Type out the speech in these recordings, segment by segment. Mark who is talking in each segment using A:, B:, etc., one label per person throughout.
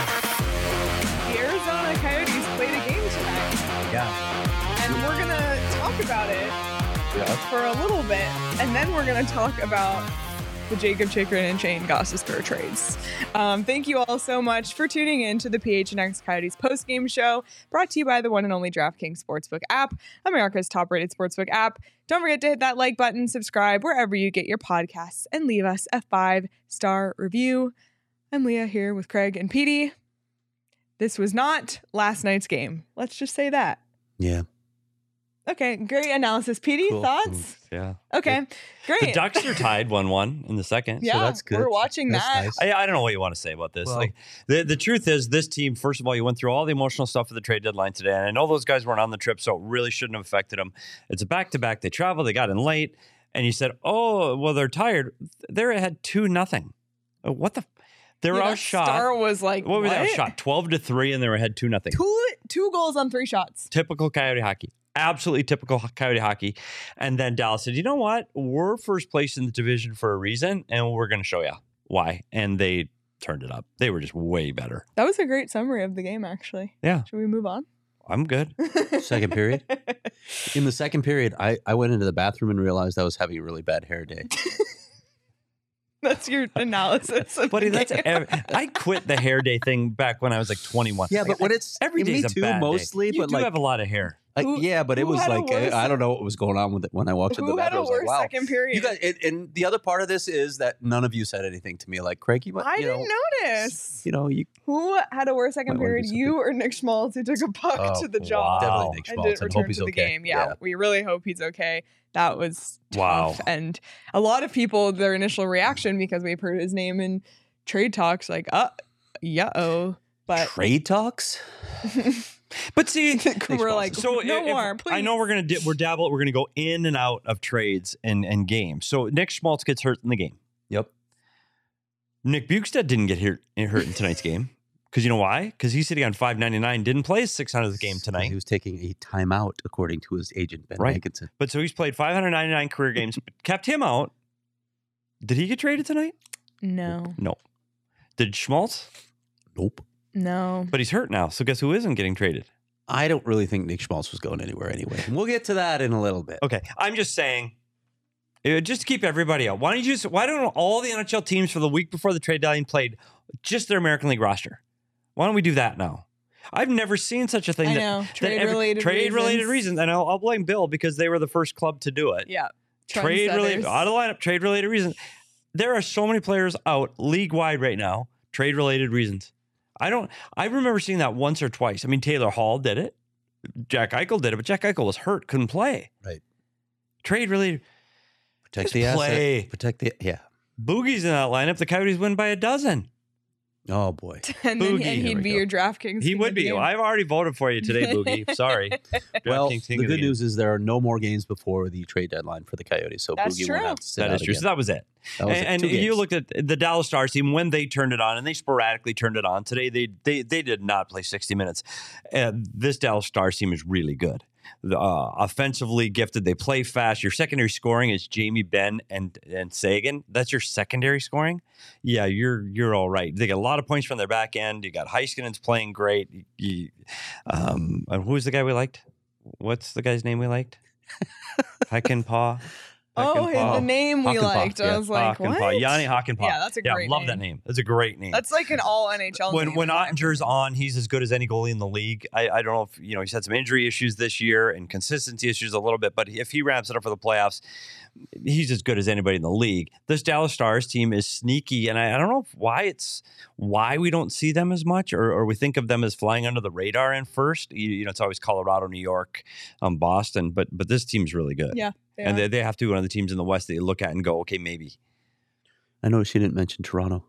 A: The Arizona Coyotes played a game tonight. Yeah. And we're going to talk about it for a little bit. And then we're going to talk about the Jacob Chikrin and Shane Gossesper trades. Um, thank you all so much for tuning in to the PHNX Coyotes postgame show brought to you by the one and only DraftKings Sportsbook app, America's top rated sportsbook app. Don't forget to hit that like button, subscribe wherever you get your podcasts, and leave us a five star review. I'm Leah here with Craig and Petey this was not last night's game. Let's just say that.
B: Yeah.
A: Okay, great analysis. PD,
C: Cool.
A: thoughts?
C: Yeah.
A: Okay, great.
C: The Ducks are tied one-one in the second.
A: yeah,
C: so that's good.
A: we're watching
B: That's
A: that.
B: nice.
C: I, I don't know what you want to say about this.
B: Well-
C: like the the truth is, this team. First of all, you went through all the emotional stuff at the trade deadline today, and I know those guys weren't on the trip, so it really shouldn't have affected them. It's a back to back. They travel. They got in late, and you said, "Oh, well, they're tired." They're ahead two nothing. Uh, What the? f- They
A: Yeah,
C: were
A: that
C: outshot.
A: Star was like,
C: what were they
A: what?
C: outshot? Twelve to three, and they were ahead two nothing.
A: Two, two goals on three shots.
C: typical Coyote hockey. Absolutely typical ho- Coyote hockey. And then Dallas said, you know what? We're first place in the division for a reason, and we're going to show you why. And they turned it up. They were just way better.
A: That was a great summary of the game, actually.
C: Yeah.
A: Should we move on?
C: I'm good.
B: Second period. In the second period, I, I went into the bathroom and realized I was having a really bad hair day.
A: that's your analysis. Of
C: Buddy,
A: the
C: that's
A: game.
C: ev- I quit the hair day thing back when I was like 21.
B: Yeah, but when it's
C: every
B: me
C: day's a
B: too,
C: bad day.
B: mostly,
C: you
B: but
C: do
B: like,
C: have a lot of hair.
B: I-
A: Who-
B: yeah, but it
A: who
B: was
A: had a
B: like I
A: worse-
B: I don't know what was going on with it when I walked in the
A: Who had
B: bathroom. I
A: a
B: was
A: worse
B: like, wow.
A: second period?
B: You guys, and, and the other part of this is that none of you said anything to me, like Craig. You might,
A: I
B: you
A: didn't
B: know,
A: notice.
B: You know, you
A: Who had a worse second
B: Might wanna do
A: period, you or Nick Schmaltz, who took a puck
B: Oh,
A: to the jaw?
C: Wow.
B: definitely Nick
A: and
B: Schmaltz and
A: didn't return
B: hope he's
A: to the
B: okay.
A: game. Yeah, we really hope he's okay. That was
C: Wow.
A: tough. And a lot of people, their initial reaction because we've heard his name in trade talks, like, uh, yeah, oh. But
B: Trade talks.
C: But see,
A: we're like,
C: so
A: no
C: if-
A: more.
C: if- I know we're gonna di- we're dabble. We're gonna go in and out of trades and and games. So Nick Schmaltz gets hurt in the game.
B: Yep.
C: Nick Bukestad didn't get hurt, hurt in tonight's game. Because you know why? Because he's sitting on 599, didn't play his 600th game
B: He
C: tonight.
B: was taking a timeout, according to his agent Ben
C: Right.
B: Hankinson.
C: But so he's played 599 career games, but kept him out. Did he get traded tonight?
A: no,
C: No. Did Schmaltz?
B: Nope.
A: no.
C: But he's hurt now. So guess who isn't getting traded?
B: I don't really think Nick Schmaltz was going anywhere anyway. And we'll get to that in a little bit.
C: Okay. I'm just saying, eh, just to keep everybody out, why don't you just, why don't all the NHL teams for the week before the trade deadline played just their American League roster? Why don't we do that now? I've never seen such a thing.
A: I
C: that-
A: know.
C: that every-
A: Trade-related
C: trade-related
A: reasons.
C: reasons. And I'll, I'll blame Bill because they were the first club to do it.
A: Yeah.
C: trade related
A: Trendsetters.
C: out of lineup, trade related reasons. There are so many players out league wide right now, trade related reasons. I don't I remember seeing that once or twice. I mean, Taylor Hall did it. Jack Eichel did it, but Jack Eichel was hurt, couldn't play.
B: Right.
C: Trade related
B: Protect
C: Just
B: the
C: play.
B: asset. Protect the yeah.
C: boogies in that lineup. The Coyotes win by a dozen.
B: Oh boy.
A: And, then,
C: Boogie.
A: and
C: Here
A: he'd
C: we
A: be
C: go.
A: your DraftKings.
C: He
A: king
C: would
A: of the
C: be.
A: game.
C: I've already voted for you today, Boogie. Sorry.
B: Well,
C: DraftKings
B: the
C: king of
B: good
C: game.
B: news is there are no more games before the trade deadline for the Coyotes, so
A: That's
B: Boogie
A: true.
B: won't have to sit
C: That
B: out
C: is true.
B: again.
C: So that was it.
B: That was it.
C: and
B: Two
C: and you
B: games.
C: looked at the Dallas Stars team when they turned it on, and they sporadically turned it on. Today, they they they did not play sixty minutes. Uh, this Dallas Stars team is really good, The, uh, offensively gifted. They play fast. Your secondary scoring is Jamie Ben and and Sagan. That's your secondary scoring. Yeah, you're you're all right. They get a lot of points from their back end. You got Heiskanen's playing great. You, um, and who was the guy we liked? what's the guy's name we liked? Hackenpaw.
A: Oh, hey, the name we liked. I was like,
C: Hockenpah.
A: what?
C: Yanni Hockenpah.
A: Yeah, that's a great
C: love
A: name.
C: that name. That's a great name.
A: That's like an all NHL.
C: when
A: name,
C: when
A: in my
C: Ottinger's on, he's as good as any goalie in the league. I, I don't know if you know he's had some injury issues this year and consistency issues a little bit, but if he ramps it up for the playoffs, he's as good as anybody in the league. This Dallas Stars team is sneaky, and I, I don't know if why it's why we don't see them as much, or, or we think of them as flying under the radar in first. You, you know, it's always Colorado, New York, um, Boston, but but this team's really good,
A: Yeah, they
C: and
A: are.
C: they, they have to be one of the teams in the West that you look at and go, okay, maybe.
B: I know she didn't mention Toronto.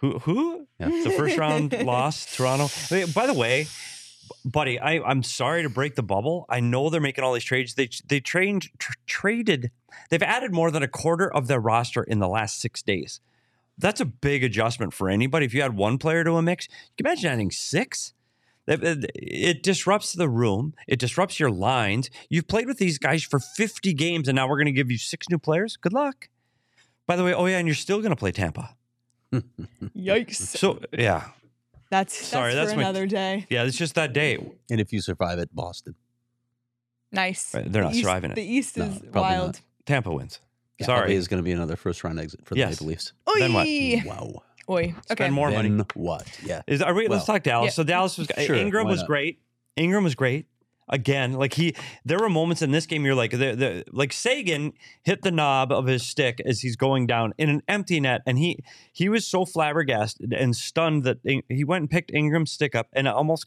C: Who? Who?
B: Yeah.
C: The first round loss, Toronto. I mean, by the way, b- buddy, I, I'm sorry to break the bubble. I know they're making all these trades. They they trained tr- traded. They've added more than a quarter of their roster in the last six days. That's a big adjustment for anybody. If you add one player to a mix, you can imagine adding six. That- that- It disrupts the room. It disrupts your lines. You've played with these guys for 50 games, and now we're going to give you six new players. Good luck. By the way, oh yeah, and you're still going to play Tampa.
A: Yikes!
C: So yeah,
A: That's
C: Sorry,
A: that's,
C: that's
A: for
C: my-
A: another day.
C: Yeah, it's just that day.
B: And if you survive it, Boston.
A: Nice.
C: Right, they're
A: The
C: not
A: East-
C: surviving it.
A: The East
B: No,
A: is
B: probably
A: wild.
C: Tampa wins.
B: Yeah,
C: Sorry.
B: probably is going to be another first round exit for the
C: Yes.
B: Maple Leafs.
A: Oi.
C: Then what?
B: Wow.
A: Oi. Okay.
C: Spend more
B: then
C: money.
B: what? Yeah.
C: Is are we, let's
B: well,
C: talk Dallas.
A: yeah.
C: So Dallas was
B: Sure,
C: Ingram
B: why
C: was
B: not?
C: great. Ingram was great. Again, like he, there were moments in this game you're like, the, the, like Sagan hit the knob of his stick as he's going down in an empty net, and he he was so flabbergasted and stunned that In- he went and picked Ingram's stick up and almost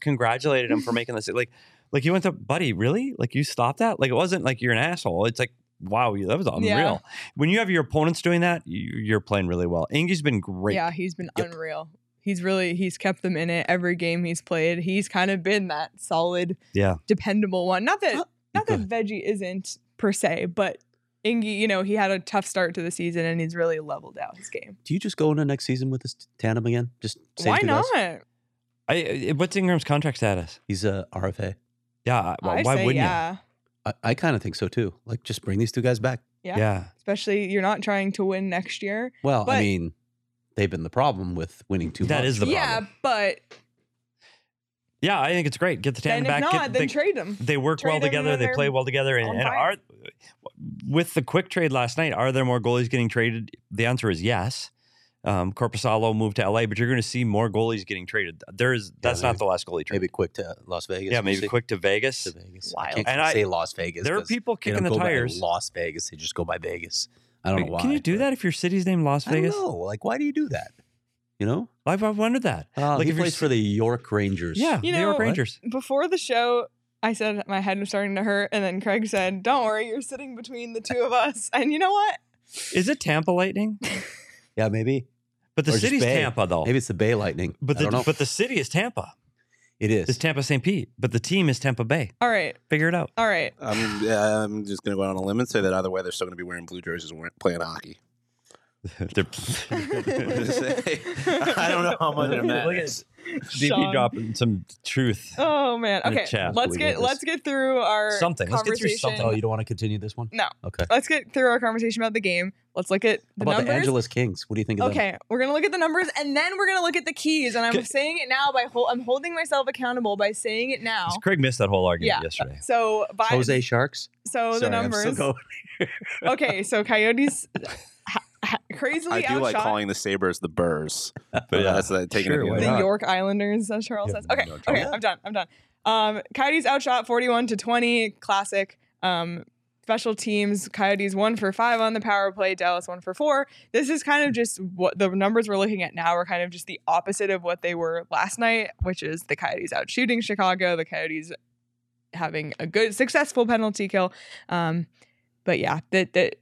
C: congratulated him for making this. Like, like he went to buddy, really? Like you stopped that? Like it wasn't like you're an asshole. It's like wow, you- that was unreal.
A: Yeah.
C: When you have your opponents doing that, you, you're playing really well. Ingy's been great.
A: Yeah, he's been
B: Yep.
A: unreal. He's really he's kept them in it every game he's played. He's kind of been that solid,
C: yeah.
A: dependable one. Not that
B: Huh.
A: not
B: Go
A: that Veggie isn't per se, but Ingy, you know, he had a tough start to the season and he's really leveled out his game.
B: Do you just go into next season with this tandem again? Just same
A: Why
B: two
A: not?
B: guys?
C: I, I- uh, what's Ingram's contract status?
B: He's a RFA.
C: Yeah, I- well,
A: I
C: why
A: say
C: wouldn't
A: yeah.
B: I, I kind of think so too. Like, just bring these two guys back.
C: you?
A: Yeah. Especially you're not trying to win next year.
B: Well,
A: But-
B: I mean, they've been the problem with winning too
C: That
B: much.
C: is the
A: yeah,
C: problem.
A: but
C: Yeah, I think it's great. Get the
A: then if
C: tandem back.
A: not,
C: get-
A: then
C: they,
A: trade him.
C: they work
A: trade
C: well
A: them
C: together.
A: and
C: They
A: they're
C: play well together. And,
A: on
C: and
A: fire.
C: are with the quick trade last night, are there more goalies getting traded? The answer is yes. Um, Corpusalo moved to LA, but you're going to see more goalies getting traded. There is that's
B: maybe-
C: not the last goalie trade.
B: maybe quick to Las Vegas.
C: yeah,
B: we'll
C: maybe
B: see.
C: quick to Vegas.
B: to Vegas.
A: Wild.
B: I can't
C: And I-
B: say Las Vegas.
C: there are
B: 'cause
C: people
B: they
C: kicking
B: don't
C: the
B: go by
C: tires.
B: Las Vegas. They just go by Vegas. I don't know why.
C: Can you do
B: but-
C: that if your city's named Las
B: I don't
C: Vegas?
B: know. Like, why do you do that? You know,
C: I've, I've wondered that.
B: uh,
C: Like,
B: he
C: if you're
B: plays
C: s-
B: for the York Rangers.
C: Yeah,
A: You
C: New York
A: know-
C: Rangers.
A: Before the show, I said my head was starting to hurt, and then Craig said, Don't worry, you're sitting between the two of us. And you know what?
C: Is it Tampa Lightning?
B: yeah, maybe.
C: But the
B: Or just
C: city's
B: Bay.
C: Tampa though.
B: Maybe it's the Bay Lightning.
C: But
B: I don't
C: the
B: know.
C: but the city is Tampa.
B: it is.
C: It's Tampa St. Pete, but the team is Tampa Bay.
A: All right.
C: Figure it out.
A: All right.
D: I'm, yeah, I'm just going to go out on a limb and say that either way, they're still going to be wearing blue jerseys and wearing- playing hockey. What did I say? I don't know how much it matters.
A: Sean.
C: DP dropping some truth.
A: Oh man.
C: In a
A: Okay.
C: chat.
A: Let's
B: We
A: get
B: did this.
A: let's get through our
C: Something. Let's get through something.
B: oh,
A: conversation.
B: you don't want to continue this one?
A: No.
B: Okay.
A: Let's get through our conversation about the game. Let's look at the
B: How about the
A: numbers.
B: Angeles Kings? What do you think of them?
A: okay, we're gonna look at the numbers and then we're gonna look at the keys. And I'm
C: Okay.
A: saying it now by hol- I'm holding myself accountable by saying it now.
C: 'Cause Craig missed that whole argument
A: Yeah.
C: yesterday.
A: So by
B: Jose Sharks.
A: so the
B: Sorry, I'm still
A: numbers.
B: going.
A: okay, so Coyotes ha- ha-
D: I
A: crazily
D: do like
A: outshot
D: calling the Sabres the Burrs. But
C: yeah.
D: yeah, that's uh, taking
B: Sure,
D: it.
B: why
D: the
A: the
D: other way.
B: not?
A: York Islanders, as Charles says. Okay,
D: no trouble.
A: okay, I'm done. I'm done. Um, Coyotes outshot 41 to 20, classic. Um, special teams, Coyotes one for five on the power play, Dallas one for four. This is kind of just what the numbers we're looking at now are kind of just the opposite of what they were last night, which is the Coyotes out shooting Chicago, the Coyotes having a good, successful penalty kill. Um, but yeah, that that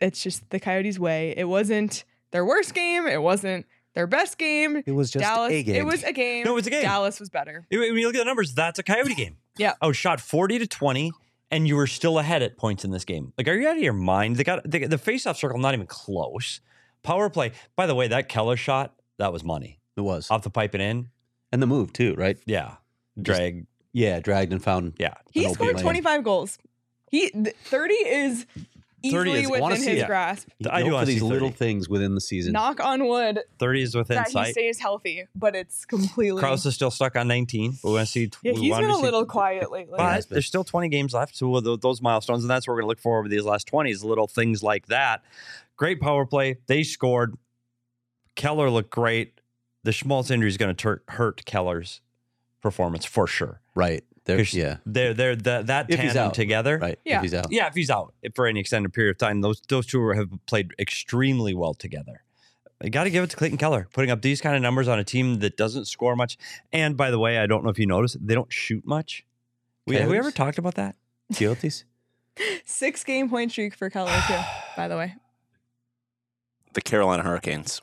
A: it's just the Coyotes' way. It wasn't their worst game. It wasn't their best game.
B: It was just
A: Dallas.
B: a game.
A: It was a game.
C: No, it was a game.
A: Dallas was better.
C: When when you look at the numbers, that's a Coyote game.
A: Yeah.
C: I was shot 40 to 20, and you were still ahead at points in this game. Like, are you out of your mind? They got they, the faceoff circle, not even close. Power play. By the way, that Keller shot, that was money.
B: It was.
C: Off the pipe and in.
B: And the move too, right?
C: Yeah. Drag.
B: Yeah, dragged and found.
C: yeah.
A: He
B: An open
A: scored
B: lane.
A: 25 goals. He th- 30 is easily
B: is- I
A: within
B: wanna see
A: his
B: it.
A: grasp.
B: You
C: I do
B: go
C: wanna
B: for
C: see
B: these little
C: 30.
B: things within the season.
A: Knock on wood
C: 30 is within
A: that he
C: sight.
A: stays healthy, but it's completely.
C: Kraus is still stuck on 19. But we want to see.
A: yeah,
C: we
A: he's
C: wanna
A: been a
C: see-
A: little quiet lately.
B: He has
C: But
B: been.
C: there's still 20 games left, so we'll- tho- those milestones, and that's what we're going to look for over these last 20s, little things like that. Great power play. They scored. Keller looked great. The Schmaltz injury is going to hurt Keller's performance for sure.
B: Right. There,
C: 'Cause
B: yeah.
C: they're they're that that
B: If he's
C: tandem
B: out,
C: together.
B: Right.
A: Yeah.
B: If he's out.
C: Yeah, if he's out for any extended period of time, those those two have played extremely well together. I got to give it to Clayton Keller, putting up these kind of numbers on a team that doesn't score much. And by the way, I don't know if you noticed, they don't shoot much. We, have we
B: Coyotes?
C: ever talked about that?
B: Coyotes?
A: Six game point streak for Keller too. By the way,
D: The Carolina Hurricanes.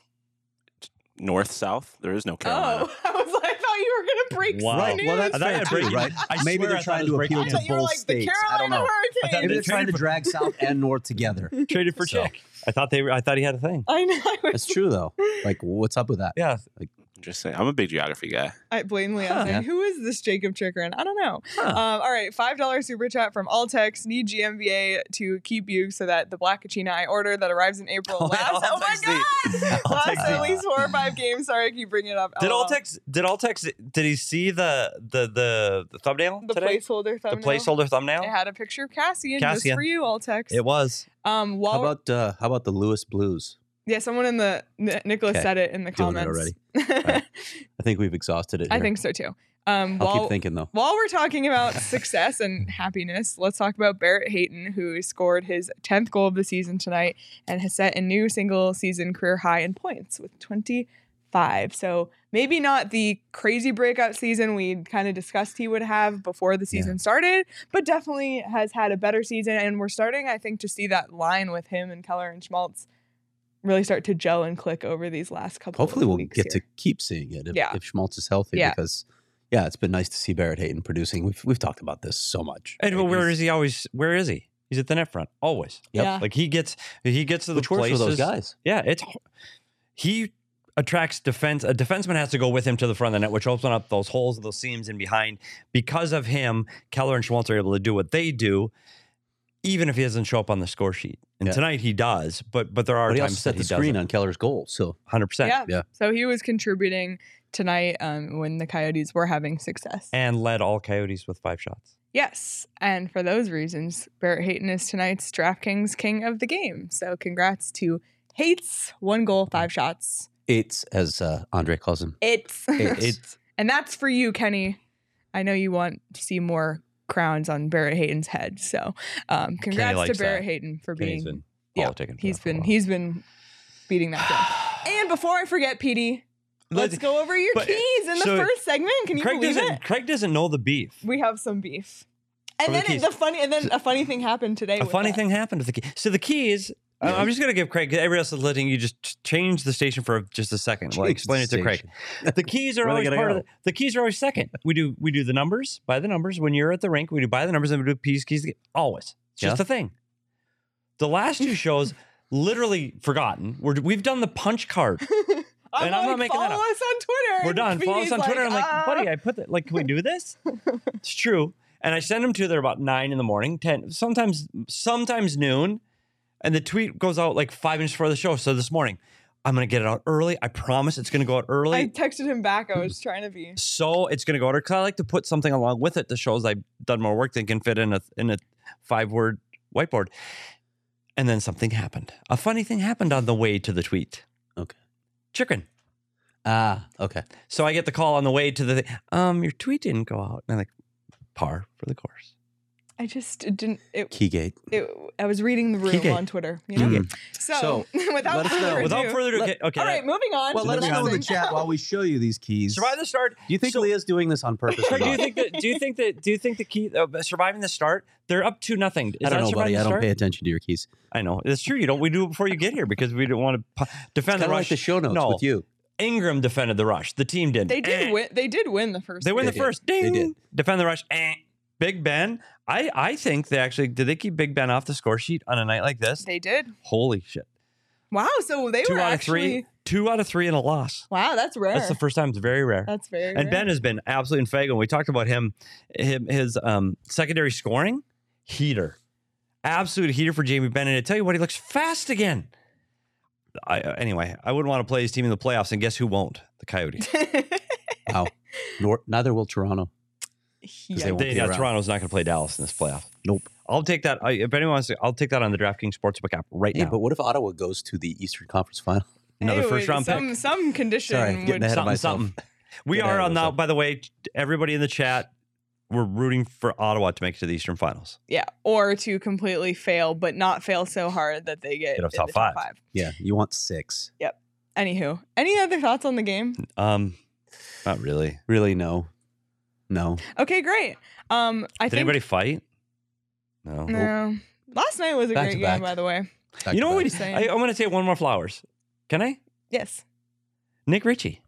D: North, south, there is no Carolina.
A: oh, I was like, I thought you were gonna break
C: Wow.
A: some
C: Right,
A: news.
C: well, that's
A: I
C: fair
A: thought
C: too,
A: you were-
C: right? I
B: Maybe
C: swear
B: they're
C: I
B: trying
C: thought it
B: to
C: was
B: appeal
A: I
C: breaking
B: to
A: thought you were
B: both
A: like the
B: states. I don't
A: Carolina
B: know.
A: Hurricanes.
B: Maybe
C: They
B: they're trying to
C: traded for-
B: drag South and North together.
C: Traded for
B: So-
C: Jack. I thought they. Were, I thought he had a thing.
A: I know. I was-
B: That's true, though. Like, what's up with that?
C: Yeah,
D: Just saying, I'm a big geography guy.
A: I blatantly asked,
B: Huh.
A: like, who is this Jacob Chikrin? I don't know. Um, all right, five dollar super chat from Altex. Need GMVA to keep you so that the black Kachina I ordered that arrives in April
C: Oh,
A: lasts. Oh my
C: Altex
A: god,
C: Altex
A: lasts
C: the-
A: at least four or five games. Sorry, I keep bringing it up.
C: Did
A: LOL.
C: Altex? Did Altex? Did he see the the the, the thumbnail
A: the
C: today?
A: placeholder
C: the
A: thumbnail?
C: placeholder thumbnail.
A: It had a picture of Cassian, just
C: Cassian.
A: for you, Altex.
C: It was.
A: um, while
B: How about uh, how about the Lewis Blues?
A: yeah, someone in the N- Nicholas
B: Okay,
A: said it in the
B: doing it
A: comments
B: already. right. I think we've exhausted it.
A: I
B: here.
A: think so too. Um,
B: I'll
A: while
B: keep thinking though.
A: While we're talking about success and happiness, let's talk about Barrett Hayton, who scored his 10th goal of the season tonight and has set a new single season career high in points with 25. So maybe not the crazy breakout season we kind of discussed he would have before the season started, but definitely has had a better season. And we're starting, I think, to see that line with him and Keller and Schmaltz really start to gel and click over these last couple of
B: Hopefully, we'll
A: weeks
B: get
A: here.
B: to keep seeing it if,
A: Yeah.
B: if Schmaltz is healthy.
A: Yeah.
B: Because yeah, it's been nice to see Barrett Hayton producing. We've we've talked about this so much.
C: And
B: Right?
C: where
B: He's-
C: is he always? Where is he? He's at the net front always.
B: Yep.
A: Yeah.
C: Like he gets he gets to the
B: Which works for
C: places.
B: those guys.
C: Yeah, it's he attracts defense. A defenseman has to go with him to the front of the net, which opens up those holes, those seams in behind. Because of him, Keller and Schmaltz are able to do what they do, even if he doesn't show up on the score sheet. And
B: Yeah.
C: tonight he does, but but there are
B: But he also
C: times
B: set
C: that
B: the
C: he
B: screen
C: doesn't.
B: on Keller's goal. So
C: Hundred percent.
A: Yeah. So he was contributing tonight um, when the Coyotes were having success.
C: And led all Coyotes with five shots.
A: yes. And for those reasons, Barrett Hayton is tonight's DraftKings king of the game. So congrats to Hates. One goal, five shots.
B: it's as uh, Andre calls him.
A: It's. and that's for you, Kenny. I know you want to see more crowns on Barrett Hayton's head. So um, congrats to
C: likes
A: Barrett
C: that.
A: Hayton for
C: He's
A: being.
C: been
A: yeah,
C: politicking for
A: he's
C: that for a
A: been
C: while.
A: he's been beating that down. And before I forget, PD, let's
C: Let's-
A: go over your
C: but-
A: keys in the
C: so-
A: first segment. Can you
C: Craig
A: believe
C: doesn't
A: it?
C: Craig doesn't know the beef.
A: we have some beef. And
C: From the
A: then it-
C: keys.
A: the funny, and then a funny thing happened today.
C: a
A: with
C: funny
A: that.
C: thing happened with the key. So the keys. I- I'm just gonna give Craig. Everybody else is letting you just ch- change the station for just a second. Well,
B: Change
C: explain
B: the
C: it to Craig. The keys are
B: Where
C: always
B: they
C: part
B: gonna
C: of the, the keys are always second. We do we do the numbers by the numbers. When you're at the rink, we do by the numbers and we do keys keys keys. always. It's just
B: Yeah.
C: a thing. The last two shows, literally forgotten. We're, we've done the punch card.
A: I'm
C: and
A: like,
C: I'm not making
A: follow
C: that up.
A: us on Twitter.
C: We're
A: And
C: done. Follow us
A: PD's
C: on Twitter. I'm
A: "Ah."
C: like, buddy, I put that. Like, can we do this? it's true. And I send them to there about nine in the morning, ten, sometimes, sometimes noon. And the tweet goes out like five minutes before the show. So this morning, I'm gonna get it out early. I promise it's gonna go out early.
A: I texted him back. I was trying to be.
C: so it's gonna go out because I like to put something along with it that shows I've done more work than can fit in a in a five word whiteboard. And then something happened. A funny thing happened on the way to the tweet.
B: Okay.
C: Chicken.
B: Ah, okay.
C: So I get the call on the way to the thing, um, your tweet didn't go out. And I'm like, par for the course.
A: I just didn't. It,
B: Keygate. Hmm.
A: it, I was reading the room
C: Kike.
A: on Twitter.
C: Mm.
A: You know? So, without
B: let us know.
A: further ado.
C: Without further ado, okay, okay. uh,
A: all right, moving on.
B: Well,
A: to
B: let
A: the
B: us know in the
A: next thing.
B: chat while we show you these keys.
C: Survive the start.
B: Do you think
C: So-
B: Leah's doing this on purpose? or
C: Craig, do you
B: not?
C: think that? Do you think that? Do you think the key uh, surviving the start? They're up to nothing. Is
B: I don't
C: that
B: know,
C: surviving
B: buddy.
C: the
B: I don't
C: start?
B: pay attention to your keys.
C: I know it's true. You don't. We do it before you get here because we don't want to
B: Kind
C: defend the
B: of like
C: rush.
B: the show notes
C: no,
B: with you.
C: Ingram defended the rush. The team didn't.
A: They
C: Eh.
A: did win. They did win the first.
C: They win the
A: period.
B: did.
C: first.
B: They
C: Ding.
B: did.
C: Defend the rush. Eh. Big Ben. I I think they actually did. They keep Big Ben off the score sheet on a night like this.
A: They did.
C: Holy shit!
A: Wow. So they
C: Two
A: were
C: out of
A: actually.
C: three. Two out of three in a loss.
A: Wow, that's rare.
C: That's the first time. It's very rare.
A: That's very.
C: and Ben
A: rare.
C: has been absolutely infago. We talked about him, him his um, secondary scoring heater. Absolute heater for Jamie Bennett. I tell you what, he looks fast again. I, uh, anyway, I wouldn't want to play his team in the playoffs, and guess who won't? The Coyotes.
B: Wow. Nor, neither will Toronto.
A: Yeah.
B: won't
C: They-
B: be
C: yeah,
B: around.
C: Toronto's not going to play Dallas in this playoff.
B: Nope.
C: I'll take that. I, if anyone wants to, I'll take that on the DraftKings Sportsbook app right
B: Hey,
C: now.
B: but what if Ottawa goes to the Eastern Conference Final?
C: Another
A: Hey,
C: first round
A: some,
C: pick.
A: Some condition
B: Sorry,
A: would.
B: getting ahead of
C: Something,
B: myself.
C: something. We
B: Get ahead
C: are
B: of
C: on now,
B: myself.
C: by the way, everybody in the chat, we're rooting for Ottawa to make it to the Eastern Finals.
A: Yeah, or to completely fail, but not fail so hard that they get
C: Get up
A: in
C: top
A: the
C: five.
B: Yeah, you want six.
A: Anywho, any other thoughts on the game?
C: Um, Not really.
B: Really? No. No.
A: Okay, great. Um, I
C: Did
A: think
C: anybody fight? No.
A: no. Last night was a
B: Back
A: great
B: to
A: game,
B: back.
A: by the way.
B: Back to
C: You know what?
B: back.
C: We, I, I'm going to say one more flowers. Can I?
A: Yes.
C: Nick Ritchie.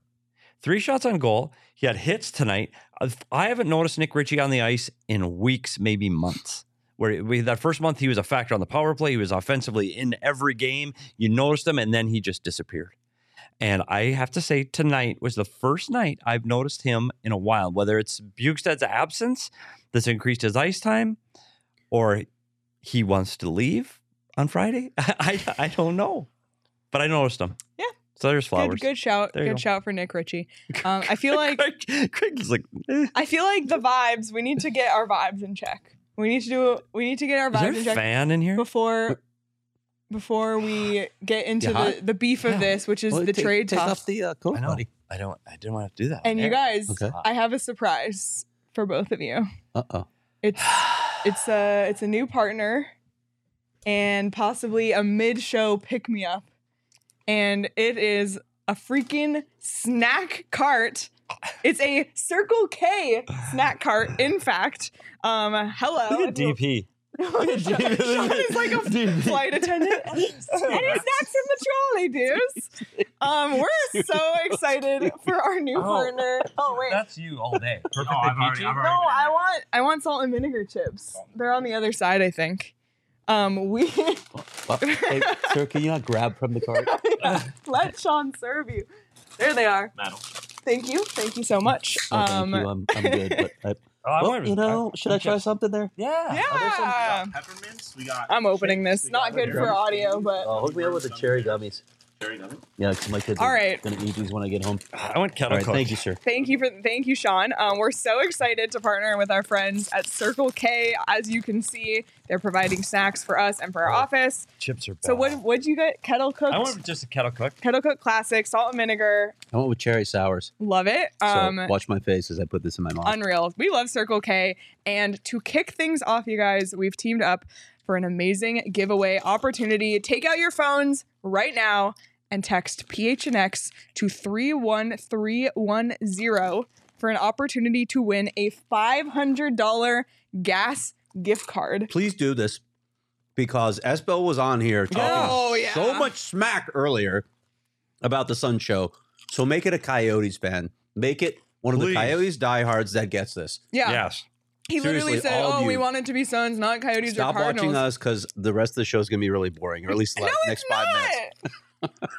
C: Three shots on goal. He had hits tonight. I've- I haven't noticed Nick Ritchie on the ice in weeks, maybe months. Where we, that first month, he was a factor on the power play. He was offensively in every game. You noticed him, and then he just disappeared. And I have to say, tonight was the first night I've noticed him in a while. Whether it's Bugstad's absence that's increased his ice time, or he wants to leave on Friday, I, I don't know. But I noticed him.
A: Yeah.
C: So there's flowers.
A: Good, good shout.
C: There you
A: good
C: go.
A: shout for Nick Ritchie. Um, I feel like
C: Craig, Craig is like, eh.
A: I feel like the vibes. We need to get our vibes in check. We need to do. We need to get our
C: is there
A: vibes in
C: a
A: check
C: fan in here?
A: before before we get into
B: Yeah.
A: the, the beef of
B: Yeah.
A: this, which is
B: Well,
A: the
B: take-
A: trade
B: Take
A: talk.
B: off the uh, coat,
C: I know.
B: buddy.
C: I don't. I didn't want to do that.
A: and you guys,
B: Okay.
A: I have a surprise for both of you.
B: Uh oh.
A: It's it's a it's a new partner, and possibly a mid show pick me up, and it is a freaking snack cart. It's a Circle K snack cart, in fact. Um, hello.
C: Look
A: if
C: at
A: you-
C: DP.
A: Sean is like a flight attendant. and his snacks in the trolley, dudes. Um, we're so excited for our new partner. Oh wait.
C: That's you all day. Perfectly peachy.
A: No, I want I want salt and vinegar chips.
E: Oh.
A: They're on the other side, I think. Um, we
B: Well, hey, sir, can you not grab from the cart? Oh,
A: let Sean serve you. There they are. Thank you, thank you so much. Um,
B: Oh, thank you. I'm, I'm good. But
C: Oh,
B: I,
C: I
B: well,
C: wanted-
B: you know,
C: I-
B: should I try something there?
C: Yeah.
A: yeah,
E: Peppermints. We got.
A: I'm opening this.
E: we got
A: Not good for
E: whatever.
A: audio, but
B: Oh, hook me up with the cherry gummies.
E: Cherry gummy.
B: Yeah, because my kids
A: All
B: are
A: right.
B: going to eat these when I get home.
C: I want
B: All
C: kettle
B: right.
C: cooked.
B: Thank you, sir.
A: Thank you for thank you, Sean. Um, we're so excited to partner with our friends at Circle K. As you can see, they're providing snacks for us and for
B: Oh.
A: our office.
C: Chips are bad.
A: So what what'd you get? Kettle cooked,
C: I want just a kettle cooked.
A: kettle cooked classic, salt and vinegar.
B: I went with cherry sours.
A: Love it.
B: So
A: Um,
B: watch my face as I put this in my mouth.
A: unreal. We love Circle K. And to kick things off, you guys, we've teamed up for an amazing giveaway opportunity. Take out your phones right now and text PHNX to 31310 for an opportunity to win a $500 gas gift card.
F: please do this because Esbel was on here talking
A: Oh, yeah.
F: so much smack earlier about the Sun Show. So make it a Coyotes fan. Make it one of the
C: Please.
F: Coyotes diehards that gets this.
A: Yeah.
C: Yes.
A: he literally
F: seriously,
A: said,
F: all of
A: Oh, we
F: you.
A: want it to be Suns, not Coyotes
F: Stop
A: or Cardinals.
F: watching us because the rest of the show is going to be really boring, or at least the last- next five minutes.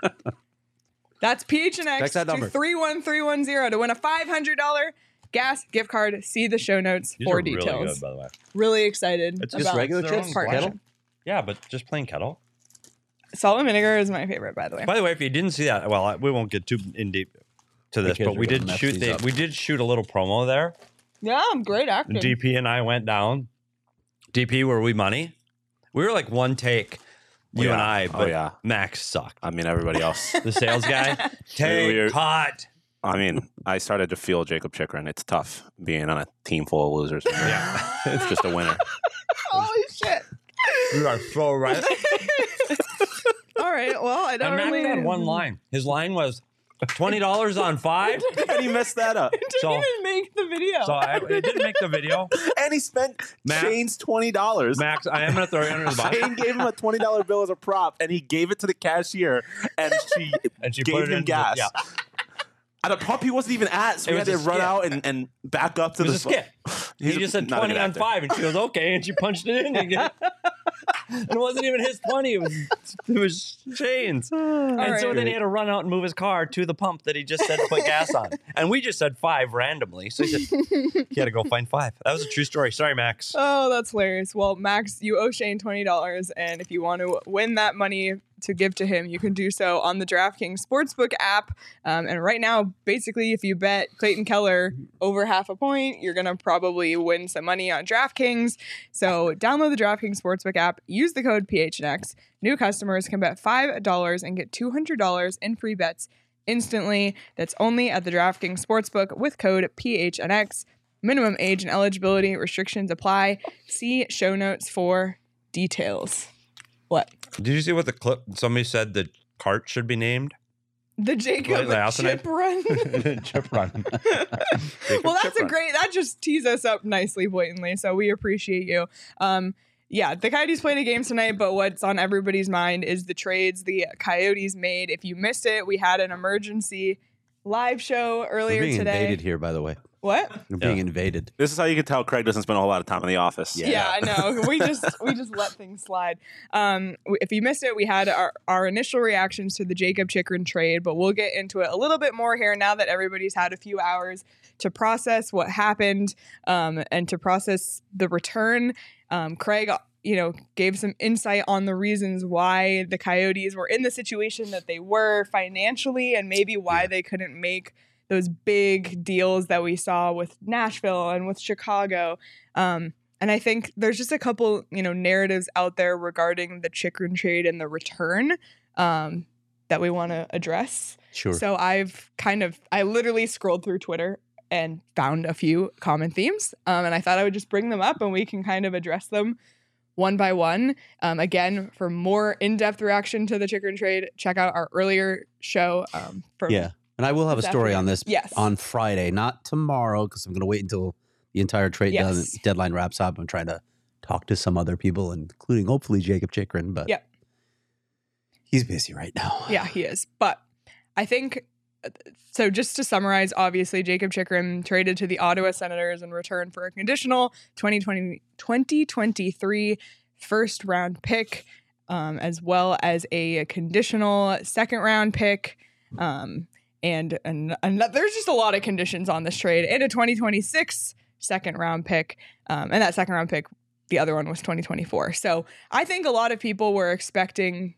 A: not. That's PHNX
F: Text that number.
A: to 31310 to win a $500 gas gift card. See the show notes
C: These
A: for
C: are
A: details.
C: really
A: Really,
C: good, by the way.
A: excited
C: It's
A: about
C: just
B: regular
C: their
B: chips,
C: own
B: kettle?
C: question. Yeah, but just plain kettle.
A: salt and vinegar is my favorite, by the way.
C: By the way, if you didn't see that, well, I- we won't get too in deep to this,
B: kids
C: but
B: are
C: we
B: gonna
C: did
B: mess
C: shoot
B: these
C: the,
B: up.
C: we did shoot a little promo there.
A: Yeah, I'm great acting.
C: DP and I went down. DP, were we money? We were like one take, you
D: Yeah.
C: and I,
D: Oh,
C: but
D: yeah.
C: Max sucked.
D: I mean, everybody else.
C: The sales guy, take
D: Weird.
C: hot.
D: I mean, I started to feel Jacob Chikrin. It's tough being on a team full of losers. Yeah, it's just a winner.
A: Holy shit.
C: You are so right.
A: All right. Well, I don't
C: And Max
A: really.
C: had one line. His line was twenty dollars on five.
D: and he messed that up.
A: Didn't
C: So-
A: even make the video.
C: So I, it didn't make the video.
D: And he spent
C: Matt-
D: Shane's twenty dollars.
C: Max, I am gonna throw you under the bus,
D: Shane gave him a twenty dollar bill as a prop, and he gave it to the cashier, and she
C: and she
D: gave
C: put it
D: him
C: in
D: gas.
C: yeah,
D: at a pump he wasn't even at, so
C: It
D: we
C: was
D: had to
C: a
D: run
C: skit.
D: out and, and back up to
C: it was a
D: the
C: skit. He
D: He's
C: just said
D: not a
C: twenty
D: good
C: on
D: actor.
C: five, and she goes okay, and she punched it in again. it wasn't even his money. It was, it was Shane's. and so
A: right.
C: then he had to run out and move his car to the pump that he just said to put gas on. And we just said five randomly. So he said he had to go find five. That was a true story. Sorry, Max.
A: Oh, that's hilarious. Well, Max, you owe Shane $20, and if you want to win that money to give to him, you can do so on the DraftKings Sportsbook app. Um, and right now, basically, if you bet Clayton Keller over half a point, you're going to probably win some money on DraftKings. So download the DraftKings Sportsbook app, use the code PHNX. New customers can bet $5 and get $200 in free bets instantly. That's only at the DraftKings Sportsbook with code PHNX. Minimum age and eligibility restrictions apply. See show notes for details. What?
C: Did you see what the clip? Somebody said the cart should be named.
A: The Jacob
C: Like Allison
A: chip
C: Ed-
A: run.
C: Chip run.
A: well, that's a great. That just tees us up nicely, blatantly. So we appreciate you. Um, yeah, the Coyotes played a game tonight, but what's on everybody's mind is the trades the Coyotes made. If you missed it, we had an emergency live show
F: We're
A: earlier
F: being
A: today.
F: invaded here, by the way.
A: What?
F: We're being invaded.
D: This is how you can tell Craig doesn't spend a whole lot of time in the office.
A: Yeah, I know. We just we just let things slide. Um, w- if you missed it, we had our, our initial reactions to the Jacob Chikrin trade, but we'll get into it a little bit more here now that everybody's had a few hours to process what happened um, and to process the return. Um, Craig, you know, gave some insight on the reasons why the Coyotes were in the situation that they were financially, and maybe why they couldn't make those big deals that we saw with Nashville and with Chicago. Um, and I think there's just a couple, you know, narratives out there regarding the Chikrin trade and the return um, that we want to address.
F: Sure.
A: So I've kind of, I literally scrolled through Twitter and found a few common themes, um, and I thought I would just bring them up and we can kind of address them one by one. Um, again, for more in-depth reaction to the Chikrin trade, check out our earlier show. Um, from
F: yeah. And I will have a
A: this
F: story on
A: afternoon.
F: this
A: Yes.
F: on Friday, not tomorrow, because I'm going to wait until the entire trade
A: Yes.
F: deadline- deadline wraps up. I'm trying to talk to some other people, including hopefully Jacob Chikrin, but
A: Yep.
F: he's busy right now.
A: Yeah, he is. But I think uh, so. Just to summarize, obviously, Jacob Chikrin traded to the Ottawa Senators in return for a conditional 2020, 2023 first round pick, um, as well as a conditional second round pick. Um, and, and, and there's just a lot of conditions on this trade and a 2026 second round pick. Um, and that second round pick, the other one was 2024. So I think a lot of people were expecting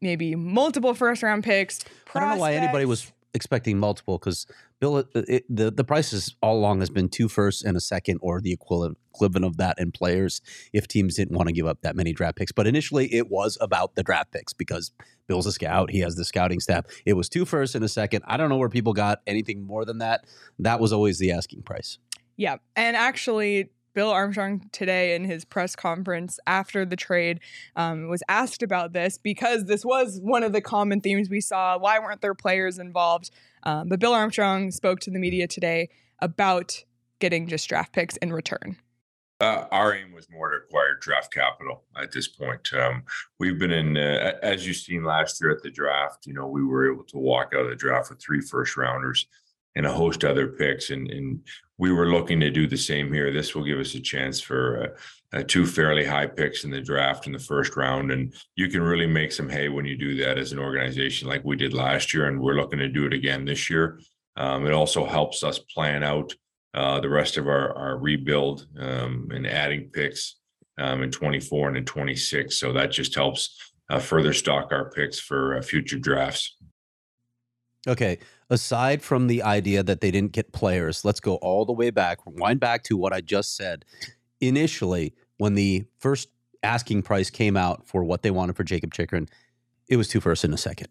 A: maybe multiple first round picks.
F: I don't know why anybody
A: prospects.
F: was expecting multiple because Bill, it, it, the the prices all along has been two firsts and a second, or the equivalent equivalent of that in players. If teams didn't want to give up that many draft picks, but initially it was about the draft picks because Bill's a scout, he has the scouting staff. It was two firsts and a second. I don't know where people got anything more than that. That was always the asking price.
A: Yeah. And actually, Bill Armstrong today in his press conference after the trade um, was asked about this because this was one of the common themes we saw. Why weren't there players involved? Um, but Bill Armstrong spoke to the media today about getting just draft picks in return.
E: Uh, our aim was more to acquire draft capital at this point. Um, we've been in, uh, a- as you've seen last year at the draft, you know, we were able to walk out of the draft with three first rounders and a host of other picks. And, and we were looking to do the same here. This will give us a chance for uh, uh, two fairly high picks in the draft in the first round. And you can really make some hay when you do that as an organization like we did last year. And we're looking to do it again this year. Um, it also helps us plan out uh, the rest of our, our rebuild um, and adding picks um, in 24 and in 26. So that just helps uh, further stock our picks for uh, future drafts.
F: Okay. Aside from the idea that they didn't get players, let's go all the way back, wind back to what I just said. Initially, when the first asking price came out for what they wanted for Jacob Chikrin, it was two first and a second.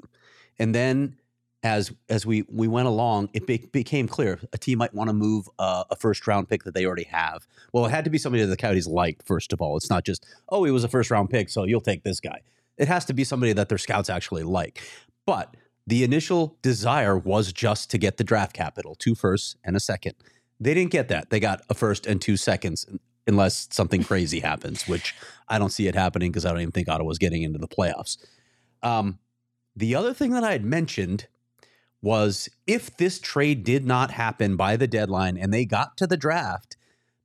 F: And then as as we we went along, it be, became clear a team might want to move uh, a first round pick that they already have. Well, it had to be somebody that the Coyotes liked first of all. It's not just oh, he was a first round pick, so you'll take this guy. It has to be somebody that their scouts actually like. But the initial desire was just to get the draft capital, two firsts and a second. They didn't get that. They got a first and two seconds, unless something crazy happens, which I don't see it happening because I don't even think Ottawa's getting into the playoffs. Um, the other thing that I had mentioned was if this trade did not happen by the deadline and they got to the draft,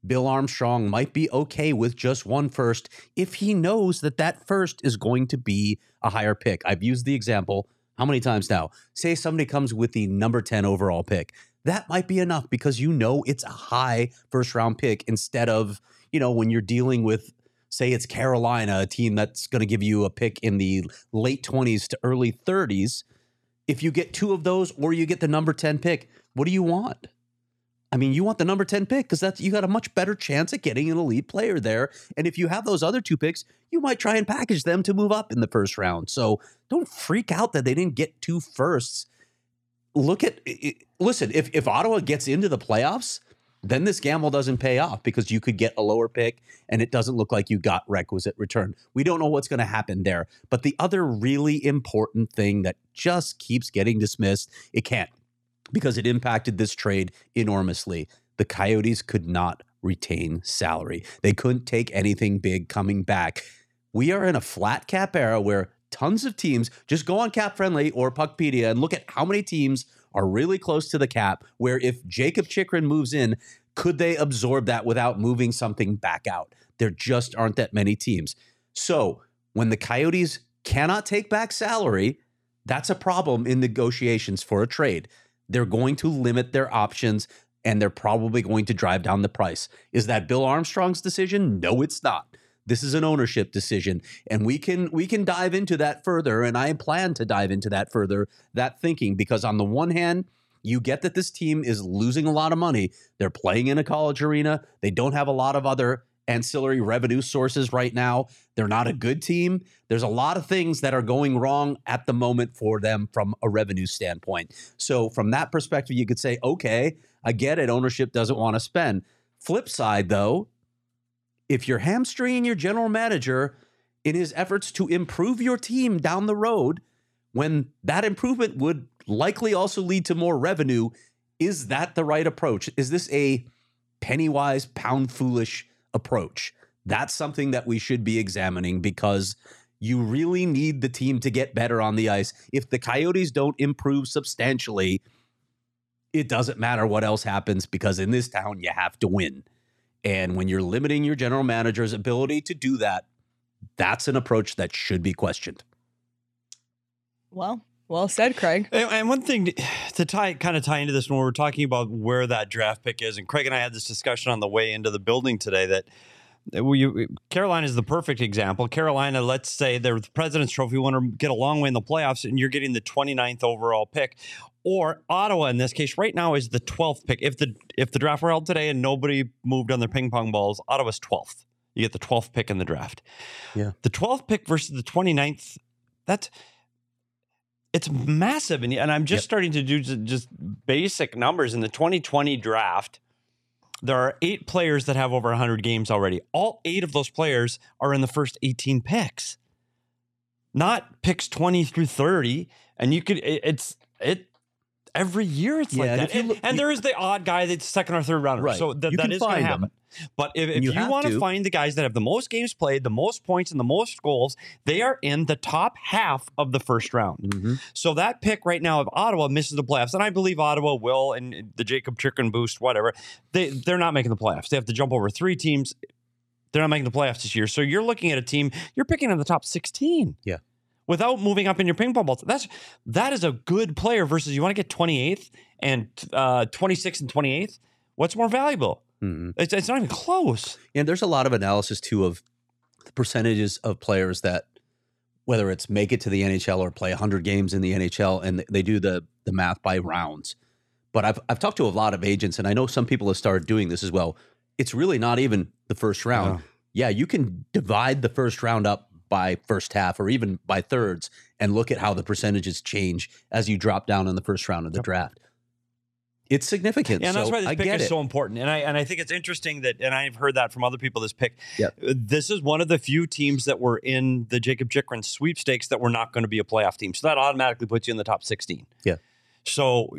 F: Bill Armstrong might be okay with just one first if he knows that that first is going to be a higher pick. I've used the example how many times now? Say somebody comes with the number 10 overall pick. That might be enough because you know it's a high first round pick instead of, you know, when you're dealing with, say, it's Carolina, a team that's going to give you a pick in the late 20s to early 30s. If you get two of those or you get the number 10 pick, what do you want? I mean, you want the number 10 pick because that's you got a much better chance at getting an elite player there. And if you have those other two picks, you might try and package them to move up in the first round. So don't freak out that they didn't get two firsts. Look at i- i- listen, if if Ottawa gets into the playoffs, then this gamble doesn't pay off because you could get a lower pick and it doesn't look like you got requisite return. We don't know what's going to happen there. But the other really important thing that just keeps getting dismissed, it can't because it impacted this trade enormously. The Coyotes could not retain salary, they couldn't take anything big coming back. We are in a flat cap era where tons of teams just go on Cap Friendly or Puckpedia and look at how many teams are really close to the cap. Where if Jacob Chikrin moves in, could they absorb that without moving something back out? There just aren't that many teams. So when the Coyotes cannot take back salary, that's a problem in negotiations for a trade. They're going to limit their options and they're probably going to drive down the price. Is that Bill Armstrong's decision? No, it's not. This is an ownership decision and we can we can dive into that further and I plan to dive into that further that thinking because on the one hand you get that this team is losing a lot of money. They're playing in a college arena. They don't have a lot of other ancillary revenue sources right now. They're not a good team. There's a lot of things that are going wrong at the moment for them from a revenue standpoint. So, from that perspective, you could say, okay, I get it. Ownership doesn't want to spend. Flip side, though, if you're hamstringing your general manager in his efforts to improve your team down the road, when that improvement would likely also lead to more revenue, is that the right approach? Is this a penny wise, pound foolish approach? That's something that we should be examining because you really need the team to get better on the ice. If the Coyotes don't improve substantially, it doesn't matter what else happens because in this town, you have to win. And when you're limiting your general manager's ability to do that, that's an approach that should be questioned.
A: Well, well said, Craig.
C: And, and one thing to, to tie kind of tie into this when we we're talking about where that draft pick is, and Craig and I had this discussion on the way into the building today that. that We, Carolina is the perfect example. Carolina, let's say they're the President's Trophy winner, get a long way in the playoffs, and you're getting the 29th overall pick. Or Ottawa, in this case, right now is the 12th pick. If the if the draft were held today and nobody moved on their ping pong balls, Ottawa's 12th. You get the 12th pick in the draft.
F: Yeah.
C: The 12th pick versus the 29th, that's it's massive and, and i'm just starting to do ju- just basic numbers in the 2020 draft there are eight players that have over 100 games already all eight of those players are in the first 18 picks not picks 20 through 30 and you could it, it's it every year it's
F: Yeah,
C: like
F: and
C: that
F: if you
C: and,
F: look-
C: and
F: you-
C: there is the odd guy that's second or third rounder
F: Right.
C: so th-
F: You
C: that
F: can
C: is going to
F: find them.
C: happen but if, if
F: And you
C: you,
F: have
C: want to
F: to.
C: find the guys that have the most games played, the most points, and the most goals, they are in the top half of the first round.
F: Mm-hmm.
C: So that pick right now of Ottawa misses the playoffs, and I believe Ottawa will, and the Jacob Chicken boost, whatever. They they're not making the playoffs. They have to jump over three teams. They're not making the playoffs this year. So you're looking at a team you're picking in the top 16
F: Yeah.
C: without moving up in your ping pong balls. That's that is a good player versus you want to get 28th and uh, 26th and 28th. What's more valuable? It's, it's not even close.
F: And there's a lot of analysis too of the percentages of players that whether it's make it to the NHL or play 100 games in the NHL and they do the the math by rounds. But I've I've talked to a lot of agents and I know some people have started doing this as well. It's really not even the first round. Yeah, you can divide the first round up by first half or even by thirds and look at how the percentages change as you drop down in the first round of the draft. It's significant.
C: Yeah, and that's
F: so
C: why this
F: I
C: pick
F: get
C: is
F: it.
C: so important. And I and I think it's interesting that, and I've heard that from other people. This pick,
F: Yep.
C: this is one of the few teams that were in the Jacob Chikrin sweepstakes that were not going to be a playoff team. So that automatically puts you in the top sixteen.
F: Yeah.
C: So,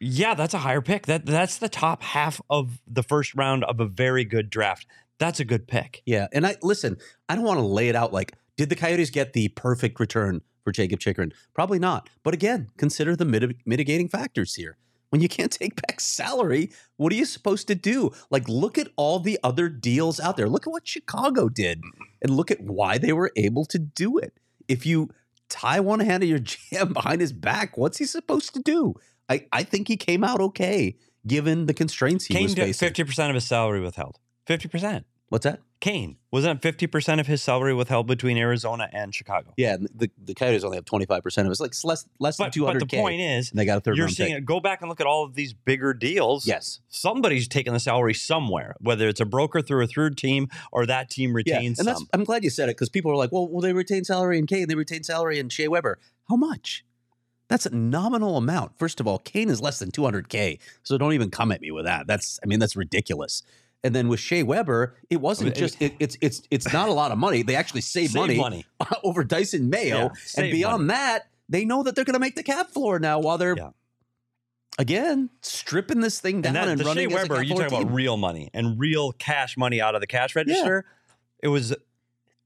C: yeah, that's a higher pick. That that's the top half of the first round of a very good draft. That's a good pick.
F: Yeah, and I listen. I don't want to lay it out like, did the Coyotes get the perfect return for Jacob Chikrin? Probably not. But again, consider the mit- mitigating factors here. When you can't take back salary, what are you supposed to do? Like, look at all the other deals out there. Look at what Chicago did and look at why they were able to do it. If you tie one hand of your jam behind his back, what's he supposed to do? I, I think he came out okay given the constraints he
C: Kane
F: was
C: did
F: facing.
C: fifty percent of his salary withheld. Fifty percent.
F: What's that?
C: Kane wasn't fifty percent of his salary withheld between Arizona and Chicago.
F: Yeah, and the, the Coyotes only have 25% of it. It's like it's less, less
C: But,
F: than 200K.
C: but the point is,
F: and they got a third
C: You're
F: round
C: seeing
F: pick.
C: it. Go back and look at all of these bigger deals.
F: Yes.
C: somebody's taking the salary somewhere, whether it's a broker through a third team or that team
F: Yeah,
C: retains
F: and that's,
C: some.
F: I'm glad you said it because people are like, well, well, they retain salary in Kane, they retain salary in Shea Weber. How much? That's a nominal amount. First of all, Kane is less than 200K. So don't even come at me with that. That's, I mean, that's ridiculous. And then with Shea Weber, it wasn't
C: I mean,
F: just, it, it's, it's, it's not a lot of money. They actually save,
C: Save money.
F: over Dyson Mayo.
C: Yeah,
F: and
C: save
F: beyond
C: money.
F: that, they know that they're going to make the cap floor now while they're,
C: Yeah.
F: again, stripping this thing down
C: And
F: and,
C: that, the Shea
F: running. as a
C: Weber,
F: cap
C: you
F: floor
C: talking about
F: team.
C: real money and real cash money out of the cash register. It was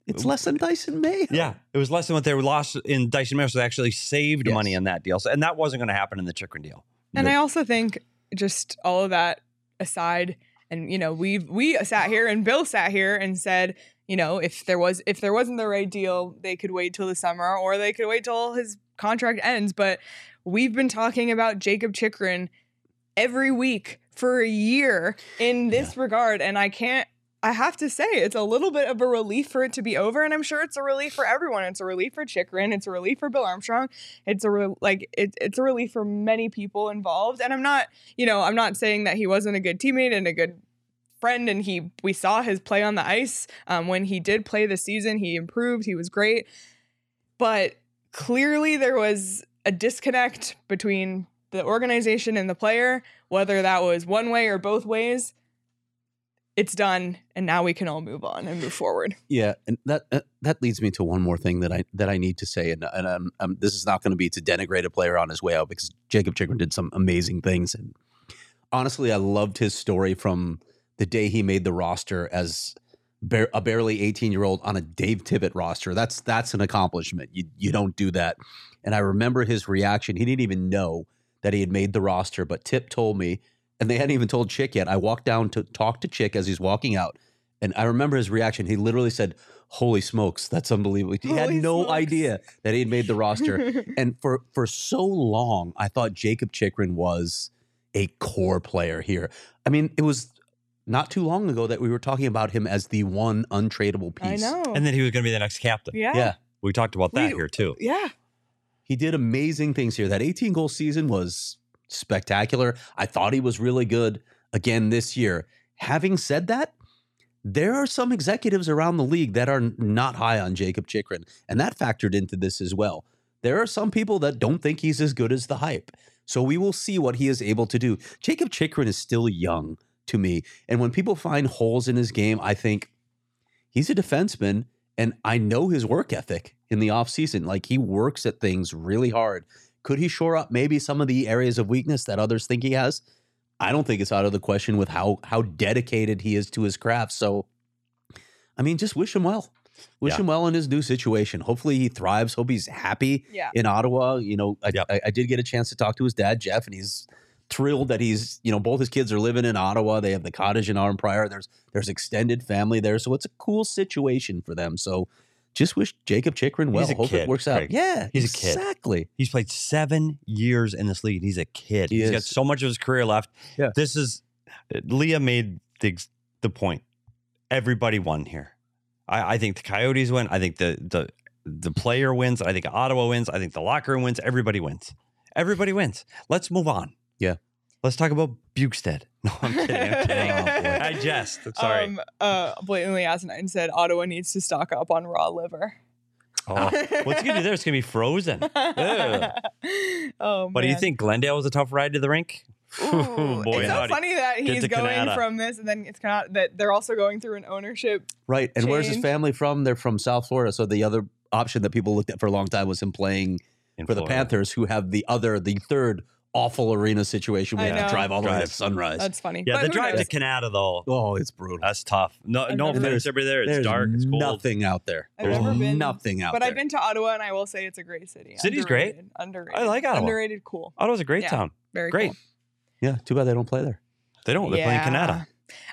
F: it's less than Dyson Mayo.
C: yeah, it was less than what they were lost in Dyson Mayer, so they actually saved
F: Yes.
C: money in that deal. So, and that wasn't going to happen in the Chikrin deal.
A: And I also think just all of that aside, and you know, we we sat here and Bill sat here and said, you know, if there was if there wasn't the right deal, they could wait till the summer or they could wait till his contract ends. But we've been talking about Jacob Chikrin every week for a year in this regard, and I can't. I have to say, it's a little bit of a relief for it to be over, and I'm sure it's a relief for everyone. It's a relief for Chikrin. It's a relief for Bill Armstrong it's a re- like it, it's a relief for many people involved and i'm not you know i'm not saying that he wasn't a good teammate and a good friend and he we saw his play on the ice um, when he did play this season he improved he was great but clearly there was a disconnect between the organization and the player whether that was one way or both ways it's done and now we can all move on and move forward
F: Yeah, and that uh, that leads me to one more thing that I that I need to say, and and um, um, this is not going to be to denigrate a player on his way out because Jacob Chikrin did some amazing things, and honestly, I loved his story from the day he made the roster as bar- a barely eighteen year old on a Dave Tippett roster. That's that's an accomplishment. You you don't do that, and I remember his reaction. He didn't even know that he had made the roster, but Tip told me, and they hadn't even told Chick yet. I walked down to talk to Chick as he's walking out. And I remember his reaction. He literally said, "Holy smokes, that's unbelievable." He had
A: Holy
F: no
A: smokes.
F: idea that he had made the roster. and for for so long, I thought Jacob Chikrin was a core player here. I mean, it was not too long ago that we were talking about him as the one untradeable
A: i
F: piece.
A: know
C: And then he was going to be the next captain.
A: Oh. yeah
F: Yeah.
C: We talked about that
A: We-
C: here too.
A: yeah
F: He did amazing things here. That 18 goal season was spectacular. I thought he was really good again this year. Having said that, there are some executives around the league that are not high on Jacob Chikrin, and that factored into this as well. There are some people that don't think he's as good as the hype. So we will see what he is able to do. Jacob Chikrin is still young to me, and when people find holes in his game, I think he's a defenseman and I know his work ethic in the offseason. Like he works at things really hard. Could he shore up maybe some of the areas of weakness that others think he has? I don't think it's out of the question with how how dedicated he is to his craft. So I mean, just wish him well. Wish
C: Yeah.
F: him well in his new situation. Hopefully he thrives. Hope he's happy
A: Yeah.
F: in Ottawa. You know, I,
C: Yep.
F: I, I did get a chance to talk to his dad, Jeff, and he's thrilled that he's, you know, both his kids are living in Ottawa. They have the cottage in Arm Prior. There's there's extended family there. So it's a cool situation for them. So just wish Jacob Chikrin well.
C: a
F: Hope
C: kid,
F: it works out.
C: Craig.
F: Yeah.
C: He's a
F: exactly.
C: kid. He's played seven years in this league. and He's a kid.
F: He
C: He's got
F: is.
C: so much of his career left.
F: Yeah.
C: This is uh, Leah made the ex- the point. Everybody won here. I, I think the Coyotes win. I think the the the player wins. I think Ottawa wins. I think the locker room wins. Everybody wins. Everybody wins. Let's move on.
F: Yeah.
C: Let's talk about Bukestead. No, I'm kidding. I'm kidding.
A: Oh, boy.
C: I jest. I'm sorry.
A: Um, uh, blatantly asinine said Ottawa needs to stock up on raw liver.
C: Oh, what's gonna do there? It's gonna be frozen. Ugh.
A: oh,
C: But do you
A: man.
C: think Glendale was a tough ride to the rink?
A: Ooh,
C: boy,
A: it's so
C: howdy.
A: funny that
C: Get
A: he's
C: to
A: going
C: Kanata.
A: from this, and then it's not that they're also going through an ownership.
F: Right. And where's his
A: Change.
F: family from? They're from South Florida. So the other option that people looked at for a long time was him playing
C: In
F: for the
C: Florida.
F: Panthers, who have the other, the third awful arena situation where
A: I
F: you have to
A: know.
F: drive all the way to
C: Drive.
F: sunrise.
A: That's funny.
C: Yeah,
A: but
C: the
A: who
C: drive to
A: knows?
C: Canada though.
F: oh, it's brutal.
C: That's tough. No,
A: I've
C: no
A: never-
C: offense, everybody there. It's
F: There's
C: dark. It's cold.
F: Nothing out there.
A: I've
F: There's
A: never been-
F: nothing out
A: But
F: there.
A: I've been to Ottawa, and I will say it's a great city.
C: City's great.
A: Underrated. Underrated.
C: I like Ottawa.
A: Underrated. Cool.
C: Ottawa's Oh, a great
A: Yeah.
C: town.
A: Very
C: Great.
A: Cool.
B: Yeah, too bad they don't play there.
C: They don't.
A: They're playing Yeah. Kanata.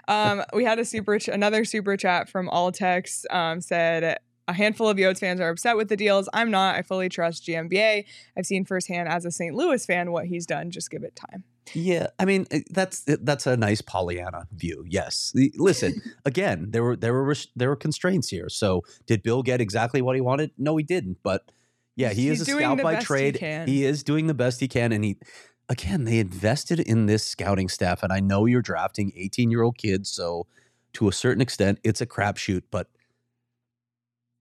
A: Um, we had a super ch- another super chat from Alltex um, said a handful of Yotes fans are upset with the deals. I'm not. I fully trust GMBA. I've seen firsthand as a St. Louis fan what he's done. Just give it time.
F: Yeah, I mean uh, that's that's a nice Pollyanna view. Yes, The- listen again, there were there were res- there were constraints here. So did Bill get exactly what he wanted? No, he didn't. But yeah, he
A: He's
F: is a
A: doing
F: scout
A: the
F: by
A: best he
F: trade.
A: can.
F: is doing the best he can, and he again they invested in this scouting staff. And I know you're drafting 18 year old kids, so to a certain extent, it's a crapshoot. But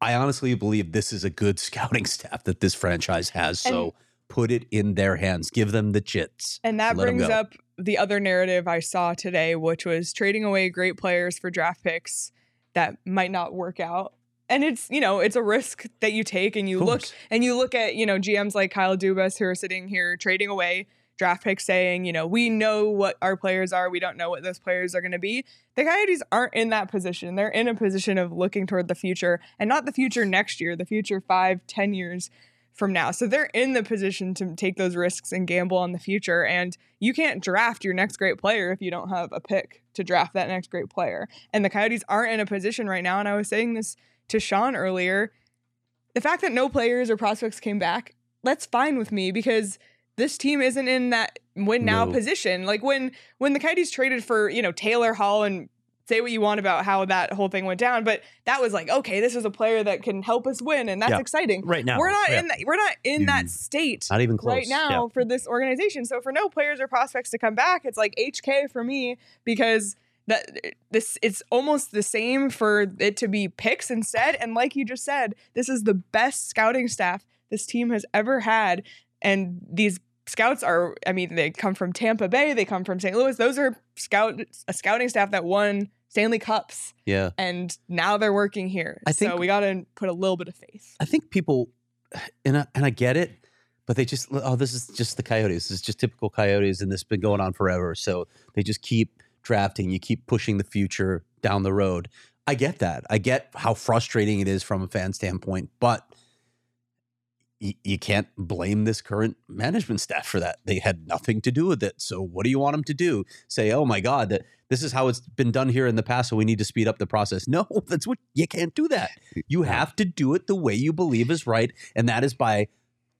F: I honestly believe this is a good scouting staff that this franchise has. So.
A: And-
F: Put it in their hands. Give them the chits.
A: And that
F: Let 'em
A: brings
F: go.
A: up the other narrative I saw today, which was trading away great players for draft picks that might not work out. And it's, you know, it's a risk that you take and you look and you look at, you know, GMs like Kyle Dubas who are sitting here trading away draft picks saying, you know, we know what our players are, we don't know what those players are going to be. The Coyotes aren't in that position. They're in a position of looking toward the future and not the future next year, the future five, ten years from now. So they're in the position to take those risks and gamble on the future. And you can't draft your next great player if you don't have a pick to draft that next great player. And the Coyotes aren't in a position right now. And I was saying this to Sean earlier the fact that no players or prospects came back, that's fine with me because this team isn't in that win now
G: No.
A: position. Like when when the Coyotes traded for, you know, Taylor Hall and say what you want about how that whole thing went down, but that was like, okay, this is a player that can help us win and that's
F: Yeah.
A: exciting.
F: Right now,
A: We're not
F: yeah.
A: in that we're not in that state
F: Mm. Not even
A: right
F: close.
A: now
F: Yeah.
A: for this organization. So for no players or prospects to come back, it's like HK for me because that this it's almost the same for it to be picks instead. And like you just said, this is the best scouting staff this team has ever had, and these scouts are. I mean, they come from Tampa Bay, they come from St. Louis. Those are scout a scouting staff that won Stanley Cups.
F: Yeah.
A: And now they're working here.
F: I think-
A: so we got to put a little bit of faith.
F: I think people, and I, and I get it, but they just oh, this is just the Coyotes. This is just typical Coyotes, and this has been going on forever. So they just keep drafting. You keep pushing the future down the road. I get that. I get how frustrating it is from a fan standpoint, but you, you can't blame this current management staff for that. They had nothing to do with it. So what do you want them to do? Say, oh my God, that this is how it's been done here in the past, so we need to speed up the process. No, that's what you can't do that. You have to do it the way you believe is right, and that is by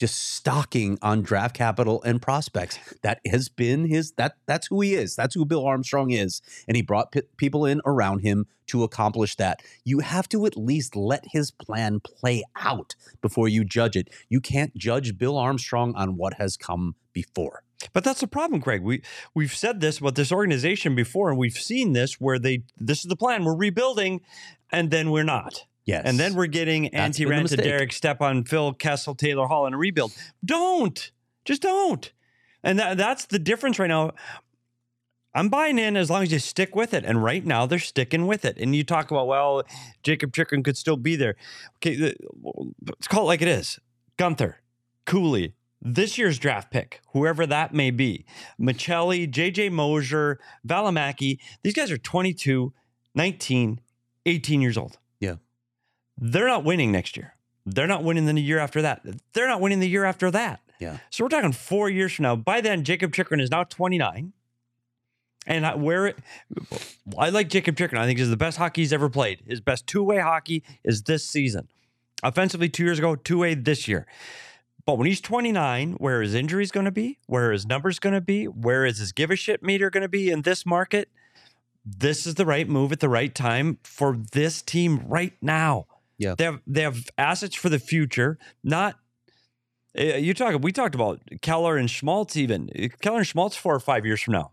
F: just stocking on draft capital and prospects. That has been his that that's who he is. That's who Bill Armstrong is, and he brought p- people in around him to accomplish that. You have to at least let his plan play out before you judge it. You can't judge Bill Armstrong on what has come before.
C: But that's the problem, Greg. We we've said this about this organization before, and we've seen this where they this is the plan. We're rebuilding, and then we're not.
F: Yes.
C: And then we're getting
F: That's
C: anti
F: been the
C: Ranta,
F: mistake.
C: Derek Stepan, Phil Kessel, Taylor Hall, and a rebuild. Don't. Just don't. And that, that's the difference right now. I'm buying in as long as you stick with it. And right now they're sticking with it. And you talk about, well, Jacob Chikrin could still be there. Okay, the- let's call it like it is. Gunther, Cooley, this year's draft pick, whoever that may be, Michelli, JJ Mosier, Valimaki, these guys are 22, 19, 18 years old.
F: Yeah.
C: They're not winning next year. They're not winning the year after that. They're not winning the year after that.
F: Yeah.
C: So we're talking four years from now. By then, Jacob Chikrin is now 29. And I, where it, I like Jacob Chikrin, I think is the best hockey he's ever played. His best two way hockey is this season. Offensively, two years ago, two way this year. But when he's 29, where his injury is going to be, where his numbers going to be, where is his give a shit meter going to be in this market? This is the right move at the right time for this team right now.
F: Yeah.
C: They have they have assets for the future, not Eh, You talk. We talked about Keller and Schmaltz. Even Eh, Keller and Schmaltz four or five years from now.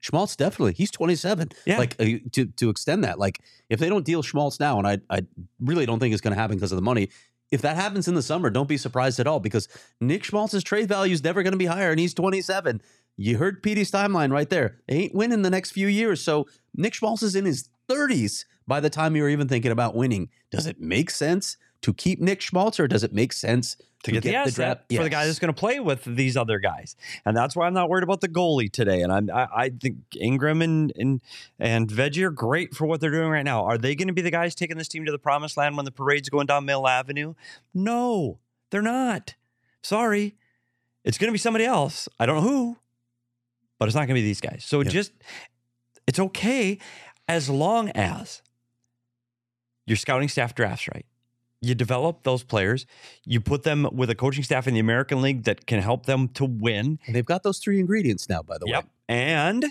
F: Schmaltz definitely. He's 27.
C: Yeah.
F: Like uh, to to extend that. Like if they don't deal Schmaltz now, and I I really don't think it's going to happen because of the money. If that happens in the summer, don't be surprised at all because Nick Schmaltz's trade value is never going to be higher, and he's 27. You heard Petey's timeline right there. They ain't winning the next few years, so Nick Schmaltz is in his 30s by the time you're even thinking about winning. Does it make sense to keep Nick Schmaltz, or does it make sense
C: to get, the asset for the guy that's going to play with these other guys, and that's why I'm not worried about the goalie today. And I'm, I, I think Ingram and and and Veggie are great for what they're doing right now. Are they going to be the guys taking this team to the promised land when the parade's going down Mill Avenue? No, they're not. Sorry, it's going to be somebody else. I don't know who, but it's not going to be these guys. So just it's okay as long as your scouting staff drafts right. You develop those players. You put them with a coaching staff in the American League that can help them to win.
F: they've got those three ingredients now, by the
C: yep. way. And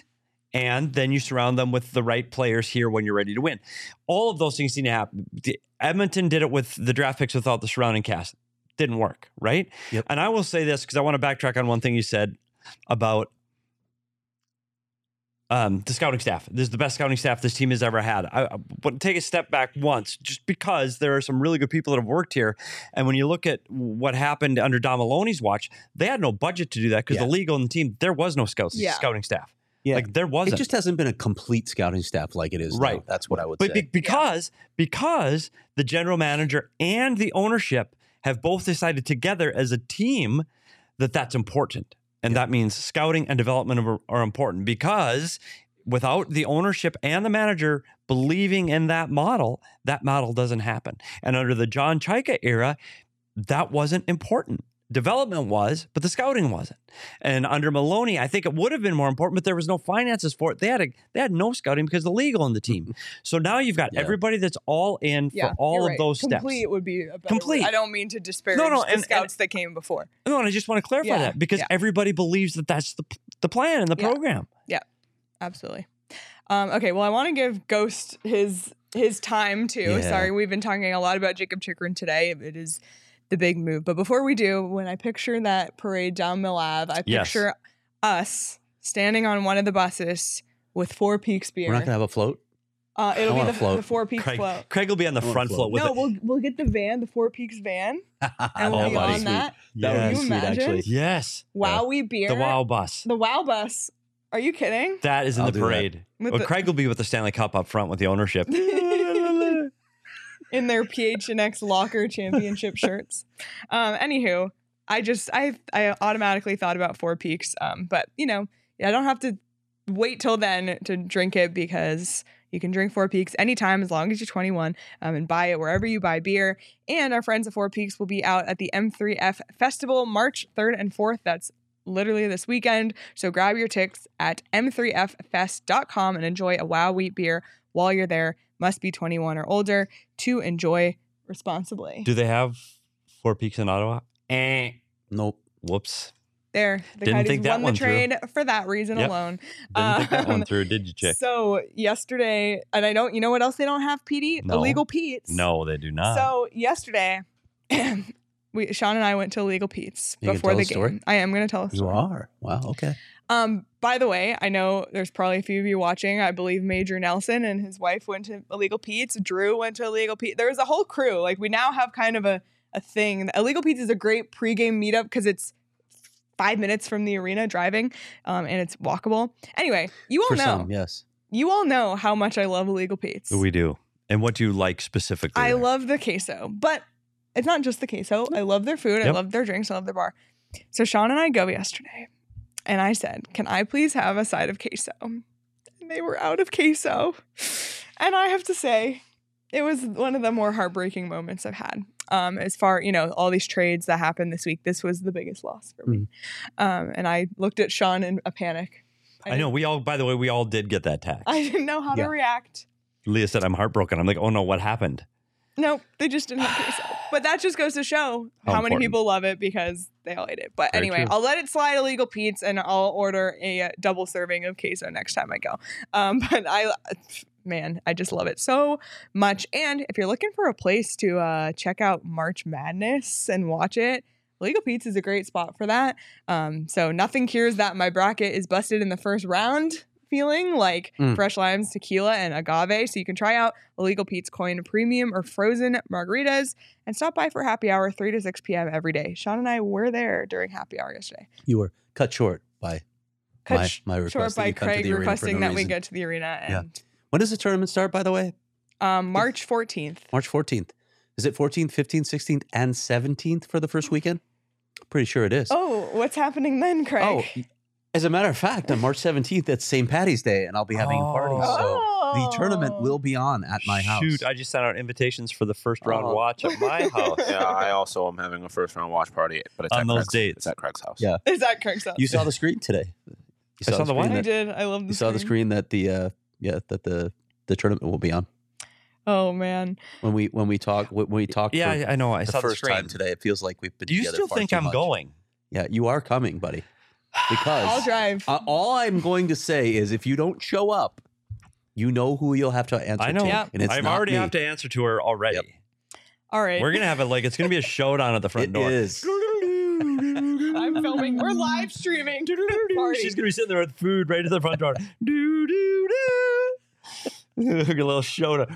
C: and then you surround them with the right players here when you're ready to win. All of those things need to happen. D- Edmonton did it with the draft picks without the surrounding cast. Didn't work, right? Yep. And I will say this because I want to backtrack on one thing you said about um, the scouting staff. This is the best scouting staff this team has ever had. I, I but take a step back once, just because there are some really good people that have worked here. And when you look at what happened under Don Maloney's watch, they had no budget to do that because the league owned the team. There was no scouts,
F: Yeah.
C: scouting staff.
F: Yeah.
C: like there wasn't.
F: It just hasn't been a complete scouting staff like it is. now.
C: Right.
F: That's what I would
C: but
F: say.
C: be- because because the general manager and the ownership have both decided together as a team that that's important, and that means scouting and development are, are important because without the ownership and the manager believing in that model, that model doesn't happen. And under the John Chaika era, that wasn't important. Development was, but the scouting wasn't. And under Maloney, I think it would have been more important, but there was no finances for it. They had a, they had no scouting because the league owned the team. So now you've got everybody that's all in
A: Yeah,
C: for all
A: you're
C: of
A: right.
C: those steps.
A: Complete would be a better
C: Complete.
A: Word. I don't mean to disparage
C: No, no,
A: the
C: and- and-
A: scouts that came before.
C: No, and I just want to clarify
A: Yeah,
C: that because
A: yeah.
C: everybody believes that that's the the plan and the program.
A: Yeah, absolutely. Um, okay, well, I want to give Ghost his his time too.
C: Yeah.
A: Sorry, we've been talking a lot about Jacob Chikrin today. It is the big move, but before we do, when I picture that parade down Mill Ave, I
F: Yes.
A: picture us standing on one of the buses with Four Peaks beer.
F: We're not going to have a float.
A: uh,
F: I
A: it'll be
F: want
A: the,
F: a float.
A: the Four Peaks
C: Craig,
A: float.
C: Craig will be on the
F: I want
C: front
F: float.
C: float with
A: no,
C: it.
A: we'll we'll get the van, the Four Peaks van, and we'll
C: Oh,
A: be
C: buddy.
A: on that.
F: That would be
A: you
F: sweet,
A: imagine?
F: actually.
C: Yes.
A: Wowie beer.
C: The Wow Bus.
A: The Wow Bus. Are you kidding?
C: That is in
A: I'll
C: the
A: do that.
C: parade.
A: With
C: Well,
A: the-
C: Craig will be with the Stanley Cup up front with the ownership.
A: in their PHNX locker championship shirts. Um, anywho, I just I I automatically thought about Four Peaks, um, but you know I don't have to wait till then to drink it because you can drink Four Peaks anytime as long as you're 21 um, and buy it wherever you buy beer. And our friends at Four Peaks will be out at the M3F Festival March 3rd and 4th. That's literally this weekend. So grab your tickets at m3ffest.com and enjoy a wow wheat beer while you're there. Must be 21 or older to enjoy responsibly.
C: Do they have Four Peaks in Ottawa? Eh.
F: Nope.
C: Whoops.
A: There, the
C: Didn't
A: Coyotes
C: think that
A: won the
C: one through.
A: trade for that reason
C: Yep.
A: alone.
C: Didn't think that one
A: Um,
C: through, did you, Chick?
A: So yesterday, and I don't. You know what else they don't have, PD?
C: No.
A: Illegal Pete's.
C: No, they do not.
A: So yesterday, we Sean and I went to Illegal Pete's
F: You gonna
A: before
F: tell
A: the
F: a story?
A: game. I am going to tell a
F: You are. Wow. Okay.
A: Um, by the way, I know there's probably a few of you watching. I believe Major Nelson and his wife went to Illegal Pete's. Drew went to Illegal Pete. There was a whole crew. Like we now have kind of a a thing. Illegal Pete's is a great pregame meetup because it's five minutes from the arena driving, um, and it's walkable. Anyway, you all
C: For
A: know.
C: some,
F: yes.
A: You all know how much I love Illegal Pete's.
C: We do. And what do you like specifically?
A: I love the queso, but it's not just the queso. I love their food. I
C: Yep.
A: love their drinks. I love their bar. So Sean and I go yesterday, and I said, "Can I please have a side of queso?" And they were out of queso, and I have to say, it was one of the more heartbreaking moments I've had. Um, as far you know, all these trades that happened this week, this was the biggest loss for me.
C: Mm-hmm.
A: Um, and I looked at Sean in a panic.
C: I know. We all, by the way, we all did get that tax.
A: I didn't know how
C: Yeah.
A: to react.
C: Leah said, I'm heartbroken. I'm like, oh no, what happened?
A: No, they just didn't have queso. But that just goes to show how,
C: How
A: many
C: important.
A: people love it because they all ate it. But
C: Very
A: anyway,
C: true.
A: I'll let it slide illegal Pete's and I'll order a uh, double serving of queso next time I go. Um, but I, man, I just love it so much. And if you're looking for a place to uh, check out March Madness and watch it, Legal Pete's is a great spot for that. Um, so nothing cures that my bracket is busted in the first round feeling like
G: Mm.
A: fresh limes, tequila, and agave. So you can try out Illegal Pete's Coin Premium or Frozen Margaritas and stop by for happy hour 3 to 6 p.m. every day. Sean and I were there during happy hour yesterday.
F: You were cut short by
A: Cut
F: my,
A: sh-
F: my request.
A: short
F: that
A: by
F: you come to
A: Craig
F: the arena for
A: requesting
F: no
A: that we
F: reason.
A: go to the arena.
F: Yeah.
A: And
F: When does the tournament start, by the way?
A: um, March 14th.
F: March 14th. Is it 14th, 15th, 16th, and 17th for the first weekend? Pretty sure it is.
A: Hmm. Oh, what's happening then, Craig?
F: Oh, as a matter of fact, on March 17th, that's St. Patty's Day, and I'll be having a party.
A: Oh.
F: So the tournament will be on at my house.
C: Shoot, I just sent out invitations for the first round
F: Oh.
C: watch at my house.
D: yeah, I also am having a first round watch party, but it's
C: On
D: at
C: those
D: Craig's,
C: dates.
D: It's at Craig's house.
F: Yeah.
A: Is that Craig's house?
F: You saw the screen today. You
C: I saw the what?
F: screen
A: I
F: that-
A: did. I love the
F: You saw the screen that the uh, yeah that the the tournament will be on
A: Oh man.
F: when we when we talk when we talk.
C: Yeah,
F: for
C: I- I know. I
F: the
C: saw the
F: first time
C: screen.
F: today. It feels like we've been.
C: Do you
F: together
C: still
F: far
C: think
F: too
C: I'm
F: much.
C: going?
F: Yeah, you are coming, buddy. Because
A: I'll drive.
F: Uh, all I'm going to say is if you don't show up, you know who you'll have to answer
C: I know.
F: to. And it's
C: I've
F: not
C: already
F: me.
C: have to answer to her already.
A: All right.
C: We're gonna have it like it's gonna be a showdown at the front
F: It
C: door.
F: is.
A: I'm filming. We're live streaming. Party.
C: She's gonna be sitting there with food right at the front door. do do do. Look at a little showdown.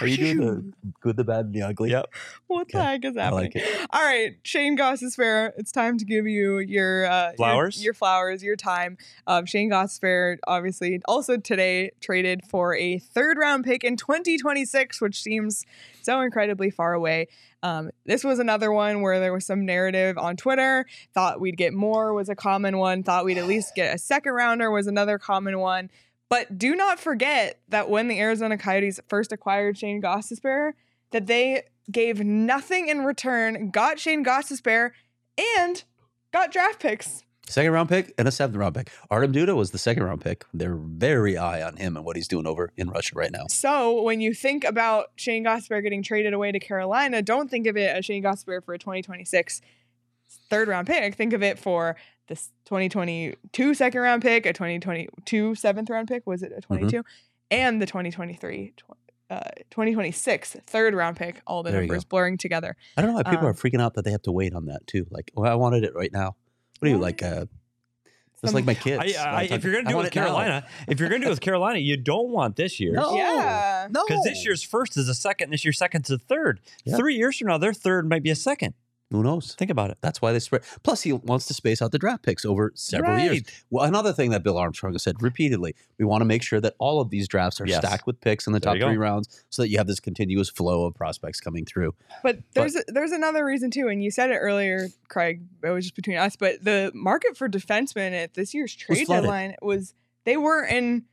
F: Are you doing the good, the bad, and the ugly?
C: Yep.
A: What the heck is
F: I
A: happening?
F: like it.
A: All right, Shane Goss is fair. It's time to give you your uh, your-
C: Flowers?
A: your, flowers, your time. Um, Shane Goss fair, obviously, also today traded for a third round pick in 2026, which seems so incredibly far away. Um, this was another one where there was some narrative on Twitter. Thought we'd get more was a common one. Thought we'd at least get a second rounder was another common one. But do not forget that when the Arizona Coyotes first acquired Shane Gossesbear, that they gave nothing in return, got Shane Gossesbear, and got draft picks.
F: Second round pick and a seventh round pick. Artem Duda was the second round pick. They're very high on him and what he's doing over in Russia right now.
A: So when you think about Shane Gossesbear getting traded away to Carolina, don't think of it as Shane Gossesbear for a 2026 third round pick. Think of it for this 2022 second round pick, a 2022 seventh round pick. Was it
F: Mm-hmm.
A: a 22? And the 2023, tw- uh, 2026 third round pick. All the
F: There you
A: numbers
F: go.
A: blurring together.
F: I don't know why people
A: Um,
F: are freaking out that they have to wait on that too. Like, well, I wanted it right now. What are you
A: Well,
F: like? Uh,
A: Some-
F: just like my kids.
C: I, uh, I,
F: Like,
C: if you're gonna do it
F: want
C: with
F: it now.
C: Carolina, if you're gonna do it with Carolina, you don't want this year.
F: No.
A: Yeah.
F: No.
C: Because this year's first is a second, this year's second's a third.
F: Yeah.
C: Three years from now, their third might be a second.
F: Who knows?
C: Think about it.
F: That's why they spread. Plus, he wants to space out the draft picks over several years.
C: Right.
F: Well, another thing that Bill Armstrong has said repeatedly: we want to make sure that all of these drafts are
C: Yes.
F: stacked with picks in the
C: There
F: top
C: you go.
F: three rounds, so that you have this continuous flow of prospects coming through.
A: But there's there's another reason too, and you said it earlier, Craig. It was just between us, but the market for defensemen at this year's trade
F: flooded.
A: deadline was they were in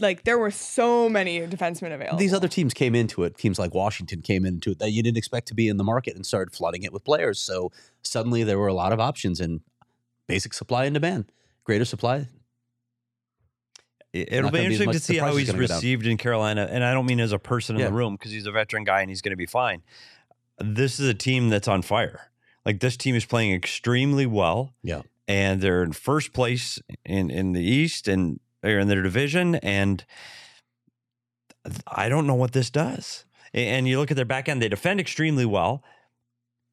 A: like there were so many defensemen available.
F: These other teams came into it. Teams like Washington came into it that you didn't expect to be in the market and started flooding it with players. So suddenly there were a lot of options and basic supply and demand, greater supply.
C: It- It'll
F: not
C: be
F: gonna be as
C: interesting
F: much-
C: to
F: the
C: see
F: price
C: how
F: is
C: he's
F: gonna go down.
C: received in Carolina. And I don't mean as a person in
F: Yeah.
C: the room because he's a veteran guy and he's going to be fine. This is a team that's on fire. Like this team is playing extremely well.
F: Yeah.
C: And they're in first place in, in the East and they're in their division. And I don't know what this does. A- And you look at their back end, they defend extremely well.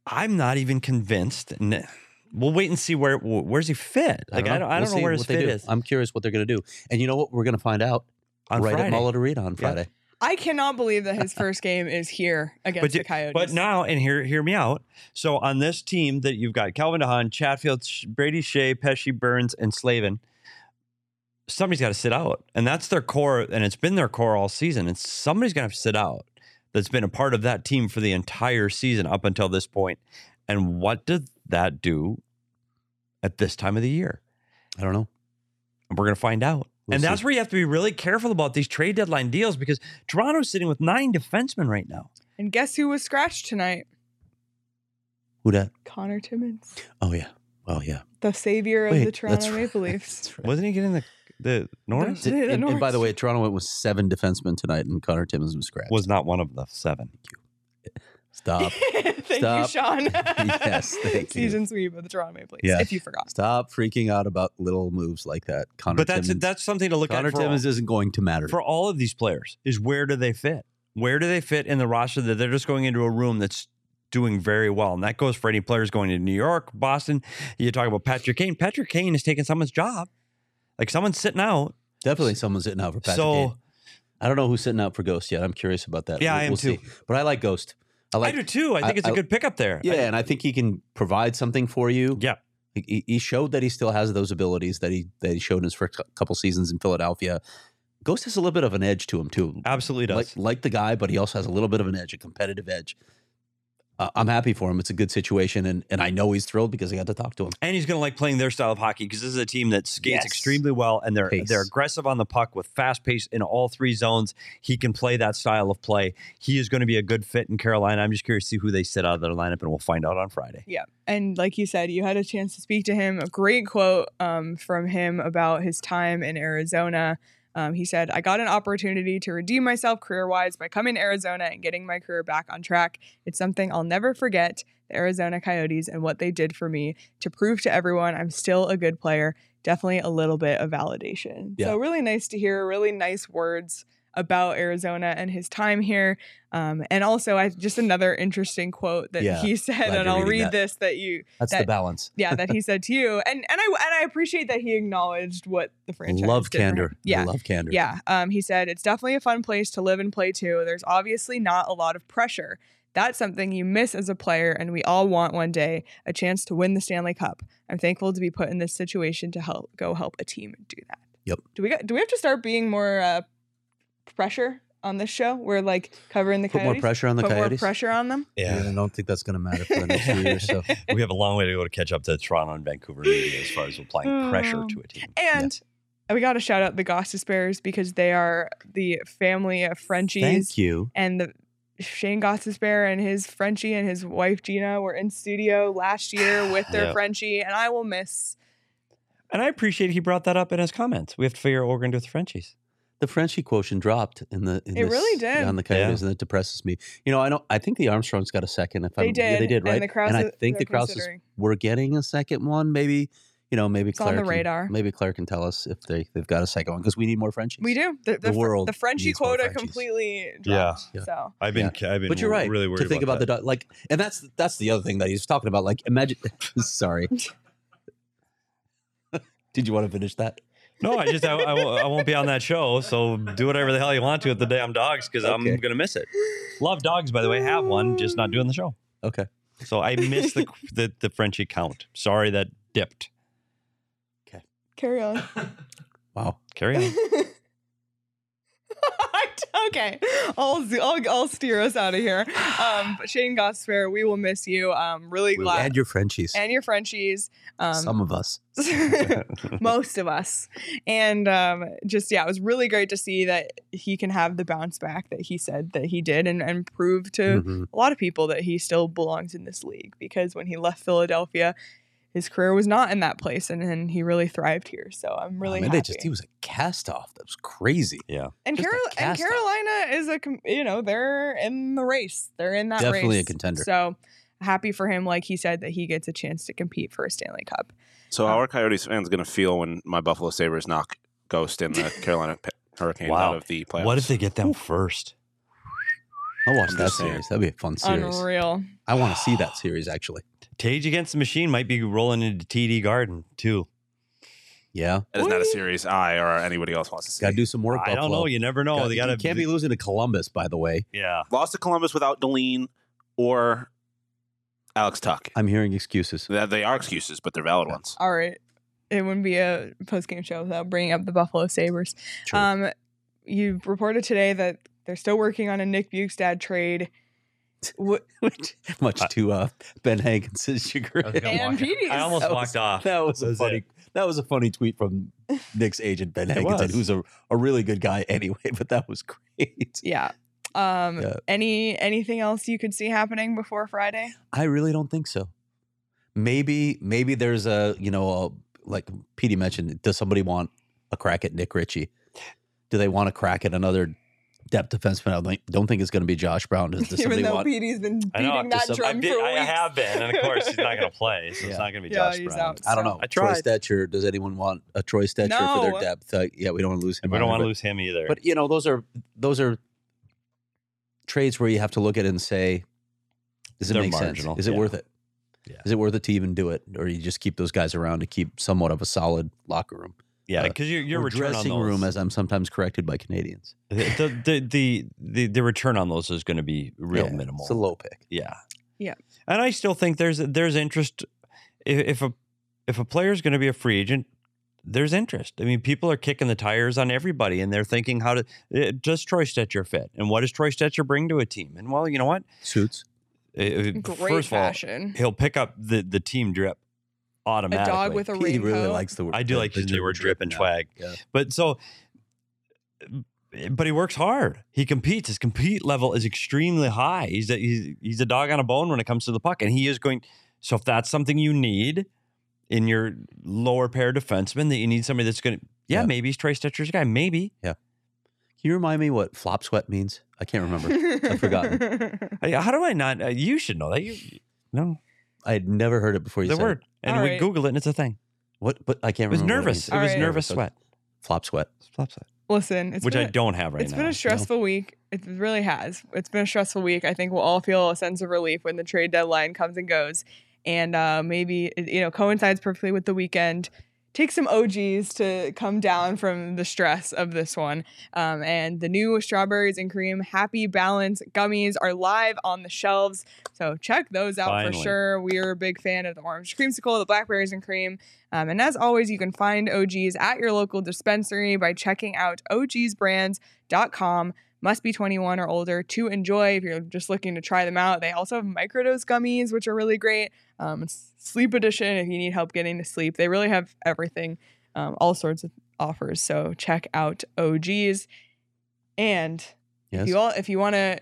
C: I'm not even convinced. and We'll wait and see where where's he fit. Like I don't, I don't,
F: We'll see
C: know where his
F: what they
C: fit
F: do.
C: is
F: I'm curious what they're going to do. And you know what? We're going to find out
C: on
F: right
C: Friday.
F: at Mullet Arena on Friday.
A: I cannot believe that his first game is here against
C: but,
A: the
C: do-
A: Coyotes.
C: But now, and hear hear me out. So on this team that you've got Calvin DeHaan, Chatfield, Sh- Brady Shea, Pesci Burns, and Slavin, somebody's got to sit out, and that's their core, and it's been their core all season, and somebody's going to have to sit out. That's been a part of that team for the entire season up until this point, and what did that do at this time of the year?
F: I don't know.
C: And we're going to find out.
F: We'll
C: and
F: see.
C: that's where you have to be really careful about these trade deadline deals because Toronto's sitting with nine defensemen right now.
A: and guess who was scratched tonight?
F: Who that?
A: Connor Timmins,
F: Oh yeah. Oh yeah.
A: the savior of
F: Wait,
A: the Toronto
F: that's right.
A: Maple Leafs.
F: That's right.
C: Wasn't he getting the the Norris?
A: The-
F: Did-
A: the
F: and, and by the
A: Norris.
F: way, Toronto went with seven defensemen tonight, and Connor Timmins was scratched.
C: Was not one of the seven.
F: Stop.
A: thank
F: Stop.
A: you, Sean.
F: Yes, thank you.
A: Season sweep of the Toronto Maple Leafs.
F: Yeah.
A: If you forgot.
F: Stop freaking out about little moves like that, Connor.
C: But that's
F: Timmins.
C: that's something to look
F: Connor
C: at for
F: Timmins
C: all,
F: isn't going to matter.
C: for all of these players is where do they fit? Where do they fit in the roster that they're just going into a room that's doing very well? And that goes for any players going to New York, Boston. You talk about Patrick Kane. Patrick Kane is taking someone's job. Like someone's sitting out.
F: Definitely someone's sitting out for Patrick.
C: so
F: Kane. I don't know who's sitting out for Ghost yet. I'm curious about that.
C: Yeah, I am
F: see. But I like Ghost. I like.
C: I do too. I think
F: I-
C: it's a
F: I-
C: good pickup there.
F: Yeah, and I think he can provide something for you.
C: yeah.
F: He- He, he showed that he still has those abilities that he that he showed in his first cou- couple seasons in Philadelphia. Ghost has a little bit of an edge to him too.
C: Absolutely does.
F: Like, like the guy, but he also has a little bit of an edge, a competitive edge. uh, I'm happy for him. It's a good situation, and and I know he's thrilled because I got to talk to him.
C: And he's going to like playing their style of hockey because this is a team that skates
F: Yes.
C: extremely well and they're
F: Pace.
C: they're aggressive on the puck with fast pace in all three zones. He can play that style of play. He is going to be a good fit in Carolina. I'm just curious to see who they sit out of their lineup, and we'll find out on Friday.
A: Yeah. And like you said, you had a chance to speak to him. A great quote um, from him about his time in Arizona. Um, he said, I got an opportunity to redeem myself career wise by coming to Arizona and getting my career back on track. It's something I'll never forget the Arizona Coyotes and what they did for me to prove to everyone I'm still a good player. Definitely a little bit of validation.
G: Yeah.
A: So, really nice to hear, really nice words about Arizona and his time here. Um, and also, I just another interesting quote that
F: Yeah,
A: he said,
F: glad
A: and
F: you're
A: I'll
F: reading
A: read
F: that.
A: this that you
F: That's the
A: that-
F: balance.
A: yeah, that he said to you, and and I and I appreciate that he acknowledged what the franchise
F: Love
A: did for him.
F: candor. I
A: Yeah,
F: love candor.
A: Yeah, um, he said it's definitely a fun place to live and play too. There's obviously not a lot of pressure. That's something you miss as a player, and we all want one day a chance to win the Stanley Cup. I'm thankful to be put in this situation to help go help a team do that.
F: Yep.
A: Do we got, do we have to start being more uh, pressure on this show? We're like covering the
F: Put more
A: coyotes.
F: pressure on the
A: Put
F: Coyotes?
A: More pressure on them.
F: Yeah, I don't think that's going to matter for the next few years. So
C: we have a long way to go to catch up to Toronto and Vancouver media as far as applying pressure to a team.
A: Mm. And we got to shout out the Gossip Bears because they are the family of Frenchies.
F: Thank you.
A: And the Shane Gossip Bear and his Frenchie and his wife Gina were in studio last year with their
C: Yeah.
A: Frenchie, and I will miss.
C: And I appreciate he brought that up in his comments. We have to figure out what we're going to do with the Frenchies.
F: the Frenchie quotient dropped in the in
A: It
F: this-
A: really did.
F: on the Coyotes, and it depresses me. You know, I don't. I think the Armstrongs got a second. If
A: They
F: I'm, yeah, they
A: did,
F: did
A: and
F: right.
A: the Krauses-
F: I think the
A: they're
F: Krauses
A: considering.
F: were getting a second one. Maybe you know, maybe
A: It's on
F: Claire
A: the
F: can-
A: radar.
F: Maybe Claire can tell us if they they've got a second one because we need more Frenchies.
A: We do the,
F: The
A: Fr-
F: world
A: The Frenchie
F: needs more
A: quota
F: Frenchies.
A: completely dropped. So
C: I've been, I've been,
F: but you're right.
C: Really worried
F: to think about, the the like, and that's that's the other thing that he's talking about. Like, imagine. sorry. Did you want to finish that?
C: No, I just I, I, won't- I won't be on that show. So do whatever the hell you want to with the damn dogs because I'm
F: Okay.
C: gonna miss it. Love dogs, by the way. Have one, just not doing the show.
F: Okay.
C: So I missed the the, the Frenchie count. Sorry that dipped.
A: carry on.
F: Wow.
C: Carry on.
A: okay, I'll, I'll I'll steer us out of here. Um, but Shane Gosper, we will miss you. Um, really
F: We will.
A: glad
F: And your Frenchies.
A: and your Frenchies. Um,
F: Some of us.
A: most of us. And um, just yeah, it was really great to see that he can have the bounce back that he said that he did, and and prove to
F: Mhm.
A: a lot of people that he still belongs in this league because when he left Philadelphia. His career was not in that place, and, and he really thrived here. So I'm really
F: I mean,
A: happy.
F: Oh, they just he was a cast off. That was crazy.
C: Yeah.
A: And,
F: Just a
A: Carol- and
F: cast-off.
A: Carolina is a, com- you know, they're in the race. They're in that
F: Definitely a
A: race.
F: contender.
A: So happy for him. Like he said, that he gets a chance to compete for a Stanley Cup.
D: So how are Coyotes fans going to feel when my Buffalo Sabres knock Ghost in the Carolina P- Hurricanes
C: Wow.
D: out of the playoffs?
C: What if they get them first?
F: I'll watch
D: I'm
F: that
D: just saying.
F: series. That'd be a fun series.
A: Unreal.
F: I want to see that series actually.
C: Tage against the machine might be rolling into TD Garden too.
F: Yeah.
D: That is not a series I or anybody else wants to see.
F: Got to do some work.
C: I don't
F: Buffalo.
C: know. You never know.
F: Got-
C: They
F: you
C: gotta-
F: can't be losing to Columbus, by the way.
C: Yeah.
D: Lost to Columbus without Deline or Alex Tuck.
F: I'm hearing excuses.
D: That they are excuses, but they're valid ones.
A: All right. It wouldn't be a post game show without bringing up the Buffalo Sabres. Um, you reported today that they're still working on a Nick Bukestad trade. What?
F: Much to uh, Ben Hankins's chagrin.
A: was gonna And walk- Petey's.
C: I almost
F: That was-
C: walked off.
F: That was, a funny. That was a funny tweet from Nick's agent Ben
C: It
F: Hankinson,
C: was.
F: who's a, a really good guy anyway. But that was great.
A: yeah. Um,
F: Yeah.
A: any anything else you could see happening before Friday?
F: I really don't think so. Maybe maybe there's a you know a, like Petey mentioned. Does somebody want a crack at Nick Ritchie? Do they want a crack at another depth defenseman? I don't- don't think it's going to be Josh Brown. Does, does
A: Even
F: somebody
A: though
F: want?
A: Petey's been beating
C: I know. I'm
A: that
C: just-
A: drum
C: I, did-
A: for
C: I
A: weeks.
C: have been, and of course he's not going to play, so it's not going to be
A: Yeah,
C: Josh
A: he's
C: Brown.
A: out,
F: I don't know.
C: I
F: Troy
C: tried.
F: Stetcher. Does anyone want a Troy Stetcher for
A: No.
F: their depth? Uh, yeah, we don't want to lose him.
C: We don't
F: either,
C: want to
F: but-
C: lose him either.
F: But you know those are those are trades where you have to look at it and say, does it
C: They're
F: make
C: marginal,
F: sense? Is it
C: yeah.
F: worth it? Is it worth it to even do it, or you just keep those guys around to keep somewhat of a solid locker room?
C: Yeah,
A: uh,
C: 'cause your- your
F: or
C: return on
F: dressing
C: those-
F: room, as I'm sometimes corrected by Canadians,
C: the, the, the the the return on those is going to be real
F: Yeah,
C: minimal.
F: It's a low pick.
C: Yeah,
A: Yeah.
C: and I still think there's there's interest if, if a if a player is going to be a free agent. There's interest. I mean, people are kicking the tires on everybody, and they're thinking, how to eh, does Troy Stetcher fit, and what does Troy Stetcher bring to a team? And well, you know what?
F: Suits.
C: Uh, uh,
A: Great
C: First of all,
A: fashion.
C: he'll pick up the the team drip automatically.
A: with a He really raincoat. likes
F: the
C: I do
F: the-
C: like
F: the
C: using the
F: drip-
C: word drip and
F: drip,
C: swag.
F: yeah.
C: But so, but he works hard. He competes. His compete level is extremely high. He's a, he's, he's a dog on a bone when it comes to the puck, and he is going. So if that's something you need in your lower pair defenseman, that you need somebody that's going to, yeah, maybe he's Trey Stetcher's guy, maybe.
F: Yeah. Can you remind me what flop sweat means? I can't remember. I've forgotten.
C: I- How do I not? Uh, you should know that. You no.
F: I had never heard it before. You
C: the
F: said
C: word,
F: It.
C: and
A: All
C: we
A: right.
C: Google it, and it's a thing.
F: What? But I can't
C: It was
F: remember. what
C: nervous.
F: means.
A: It was All right.
C: nervous sweat.
F: Flop sweat.
C: Flop sweat.
A: Listen, it's
C: Which
A: been
C: I don't have right
A: It's
C: now.
A: been
C: No.
A: a stressful week. It really has. It's been a stressful week. I think we'll all feel a sense of relief when the trade deadline comes and goes, and uh, maybe it, you know coincides perfectly with the weekend. Take some OGs to come down from the stress of this one. Um, and the new strawberries and cream happy balance gummies are live on the shelves. So check those out for
C: Finally.
A: sure. We are a big fan of the orange creamsicle, the blackberries and cream. Um, and as always, you can find OGs at your local dispensary by checking out ogsbrands.com. Must be 21 or older to enjoy if you're just looking to try them out. They also have microdose gummies, which are really great. Um, s- sleep edition if you need help getting to sleep. They really have everything, um, all sorts of offers. So check out OGs. And if
F: Yes.
A: you all if you want to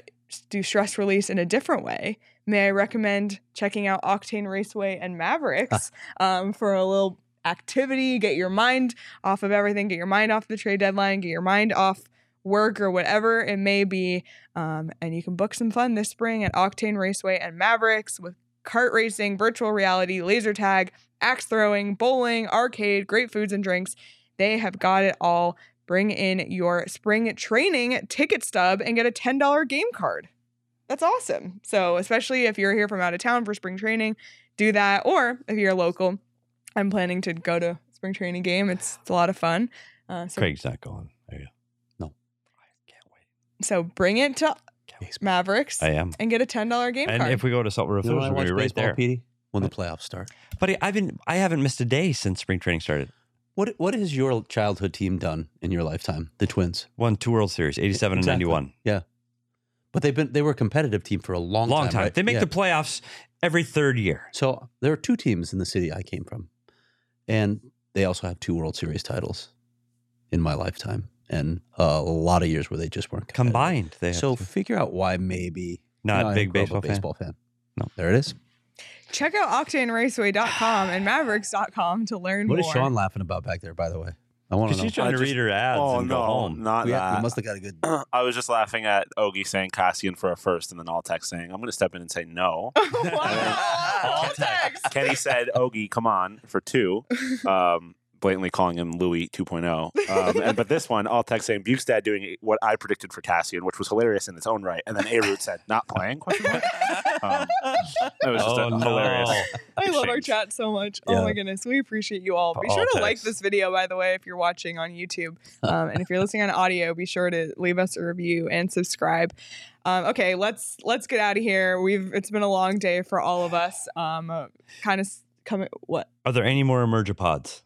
A: do stress release in a different way, may I recommend checking out Octane Raceway and Mavericks um, for a little activity. Get your mind off of everything. Get your mind off the trade deadline. Get your mind off work or whatever it may be. Um, and you can book some fun this spring at Octane Raceway and Mavericks with kart racing, virtual reality, laser tag, axe throwing, bowling, arcade, great foods and drinks. They have got it all. Bring in your spring training ticket stub and get a $10 game card. That's awesome. So, especially if you're here from out of town for spring training, do that. Or if you're local, I'm planning to go to spring training game. It's, it's a lot of fun. Uh, so,
C: Craig's not going. There you go.
A: so bring it to Mavericks.
C: I am.
A: And get a $10 game
C: And
A: card.
C: if we go to Salt River
F: You know when I
C: Foods, we'll
F: watch
C: be right
F: baseball,
C: there.
F: Petey? When the playoffs start.
C: But I- I've been, I haven't missed a day since spring training started.
F: What What has your childhood team done in your lifetime? The Twins
C: won two World Series, '87 and '91.
F: Yeah, but they've been they were a competitive team for a long,
C: Long
F: time.
C: time.
F: right?
C: They make
F: Yeah.
C: the playoffs every third year.
F: So there are two teams in the city I came from, and they also have two World Series titles in my lifetime, and a lot of years where they just weren't competitive.
C: Combined, they have
F: so figure out why maybe
C: Not
F: I
C: big
F: grew up a
C: baseball fan.
F: baseball fan. No, there it is.
A: Check out octaneraceway.com and mavericks.com to learn
F: What
A: more.
F: is Sean laughing about back there? By the way, I want
C: 'Cause
F: to know.
C: she's trying to read her ads
D: oh,
C: and
D: no,
C: go home.
D: Not
F: We- we
D: that.
F: must have got a good.
D: I was just laughing at Ogie saying Cassian for a first, and then Alltech saying, "I'm going to step in and say no."
A: Oh,
D: Kenny said, "Ogie, come on for two. Um, blatantly calling him Louis 2.0. Um, and, but this one, Alltech saying Bukestad doing what I predicted for Cassian, which was hilarious in its own right, and then Aroot said, "Not playing?" Question mark. Um, that was just
C: Oh,
D: a
C: no.
D: hilarious.
A: I love our
D: exchange.
A: chat so much. Oh
D: Yeah.
A: my goodness. We appreciate you all. Be
D: All
A: sure to
D: text.
A: like this video, by the way, if you're watching on YouTube. Um, and if you're listening on audio, be sure to leave us a review and subscribe. Um, okay, let's let's get out of here. We've it's been a long day for all of us. Um, uh, kind of s- coming. What?
C: Are there any more Emergipods?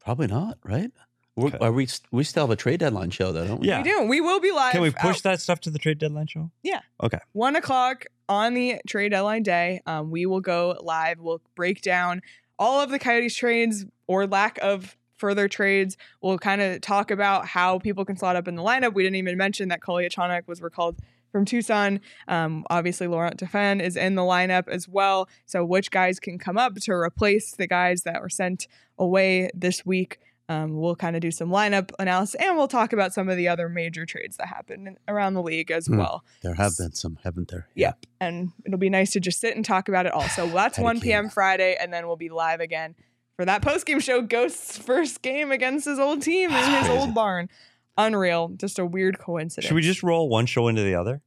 F: Probably not, right? We're, Are we? We still have a trade deadline show though, don't we?
A: We do. We will be live.
C: Can we push
A: out-
C: that stuff to the trade deadline show?
A: Yeah.
C: Okay.
A: one o'clock on the trade deadline day. Um, we will go live. We'll break down all of the Coyotes trades or lack of further trades. We'll kind of talk about how people can slot up in the lineup. We didn't even mention that Kolyachonik was recalled from Tucson. Um, obviously, Laurent Defen is in the lineup as well. So, which guys can come up to replace the guys that were sent away this week? Um, we'll kind of do some lineup analysis and we'll talk about some of the other major trades that happened around the league as
F: Hmm.
A: well
F: There have been some, haven't there?
A: yeah and it'll be nice to just sit and talk about it all so that's
F: Patty
A: 1 p.m
F: Kane.
A: friday and then we'll be live again for that post-game show ghost's first game against his old team in his old barn unreal just a weird coincidence
C: Should we just roll one show into the other?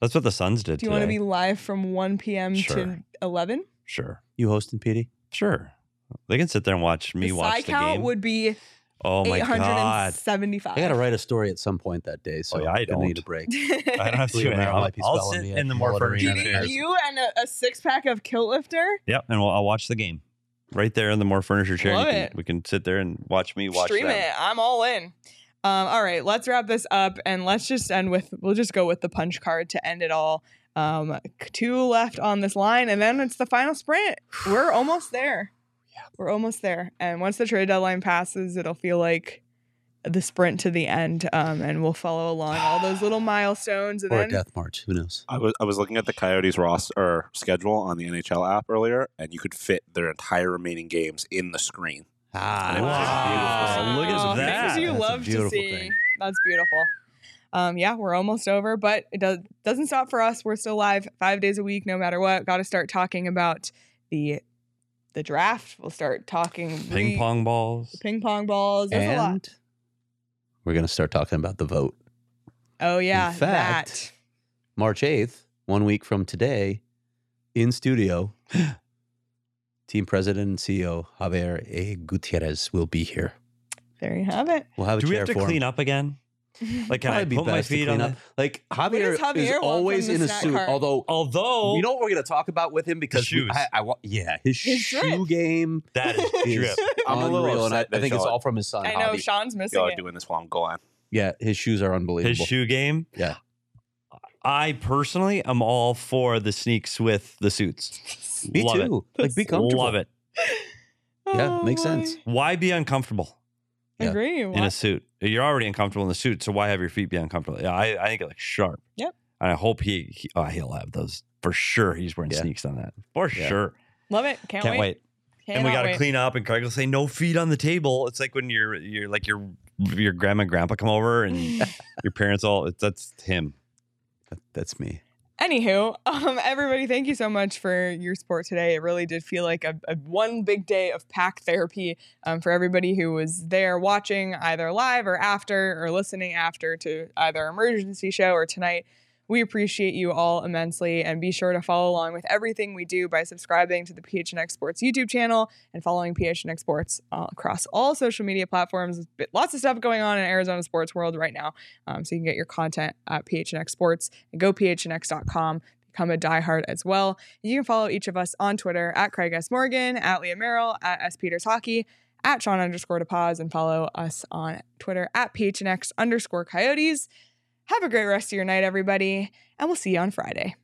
C: That's what the Suns did.
A: do you
C: today.
A: want to be live from 1 p.m to
C: Sure.
A: 11
C: Sure.
F: You hosting, Petey?
C: Sure. They can sit there and watch me
A: the
C: watch
A: side
C: the
A: count
C: game.
A: would be
C: oh my god!
A: 875
F: I got to write a story at some point that day, so
C: Oh, yeah, I
F: I'm gonna need a
C: don't.
F: break.
C: I don't have to.
F: Believe it or not,
C: I'll,
F: might be
C: I'll
F: spelling
C: sit
F: me
C: in
F: at
C: the more
F: Mullet
C: furniture.
F: Arena.
C: chairs.
A: you and a, a six-pack of kilt lifter
C: Yep, and we'll, I'll watch the game right there in the more furniture chair. and
A: Love
C: you can-
A: it.
C: We can sit there and watch me watch
A: stream
C: them.
A: it. I'm all in. Um, all right, let's wrap this up and let's just end with we'll just go with the punch card to end it all. Um, c- two left on this line, and then it's the final sprint. We're almost there. We're almost there. And once the trade deadline passes, it'll feel like the sprint to the end, um, and we'll follow along all those little milestones. And
F: or a
A: then
F: death march. Who knows?
D: I was I was looking at the Coyotes roster or schedule on the NHL app earlier, and you could fit their entire remaining games in the screen.
F: Ah,
C: look
A: Oh, Things
C: at that.
A: you love to see. That's beautiful. Um, yeah, we're almost over, but it does, doesn't stop for us. We're still live five days a week, no matter what. Got to start talking about the the draft. We'll start talking
C: Ping
A: re-
C: pong balls.
A: the ping pong balls. There's a lot.
F: And we're going to start talking about the vote.
A: Oh yeah,
F: In fact, March 8th, one week from today, in studio, team president and CEO Javier A. Gutierrez will be here.
A: that. There you have it.
F: We'll have a
C: Do we
F: chair
C: have to
F: for him.
C: clean up again? Like, can
F: Probably
C: I
F: be
C: put my
F: best to
C: feet
F: clean
C: on
F: up.
C: that?
F: Like
A: does
F: Javier,
A: Javier
F: is
A: want from
F: always
A: the
F: in a
A: snack
F: suit,
A: cart?
F: although
C: Although
F: we know what we're going to talk about with him because we-
C: Oh. shoes.
F: I, I wa- yeah, his,
A: His
F: shoe
A: drip.
F: game
C: that is
F: is
C: drip.
D: I'm a little
F: unreal, and I,
D: upset
F: I
D: that
F: think it's
D: y'all-
F: all from his son.
A: I know
F: Javi.
A: Sean's missing
D: Y'all are
A: it.
D: doing this while I'm gone.
F: Yeah, his shoes are
C: His
F: unbelievable.
C: shoe game.
F: Yeah.
C: I personally am all for the sneaks with the suits.
F: Me
C: Love it.
F: too. Like, be comfortable.
C: Love it.
F: Yeah,
A: Oh,
F: makes
A: boy.
F: sense.
C: Why be uncomfortable
F: Yeah.
A: Agree.
C: in
A: Why-
C: a suit? You're already uncomfortable in the suit, so why have your feet be uncomfortable? Yeah, I, I think it looks sharp.
A: Yep.
C: And I hope he, he oh, he'll have those for sure. He's wearing
F: Yeah.
C: sneaks on that for
F: Yeah.
C: sure.
A: Love it. Can't,
C: Can't, wait. and we
A: Cannot
C: got to
A: wait.
C: clean up. And Craig will say, "No feet on the table." It's like when your your like your your grandma and grandpa come over and your parents all. It's, that's him.
F: That- That's me.
A: Anywho, um, everybody, thank you so much for your support today. It really did feel like a, a one big day of pack therapy um, for everybody who was there watching either live or after or listening after to either emergency show or tonight. We appreciate you all immensely, and be sure to follow along with everything we do by subscribing to the PHNX Sports YouTube channel and following PHNX Sports uh, across all social media platforms. There's bit- Lots of stuff going on in Arizona sports world right now, um, so you can get your content at PHNX Sports and go phnx.com. Become a diehard as well. You can follow each of us on Twitter at Craig S. Morgan, at Leah Merrill, at S. Peters Hockey, at Sean underscore DePaz, and follow us on Twitter at phnx underscore coyotes. Have a great rest of your night, everybody, and we'll see you on Friday.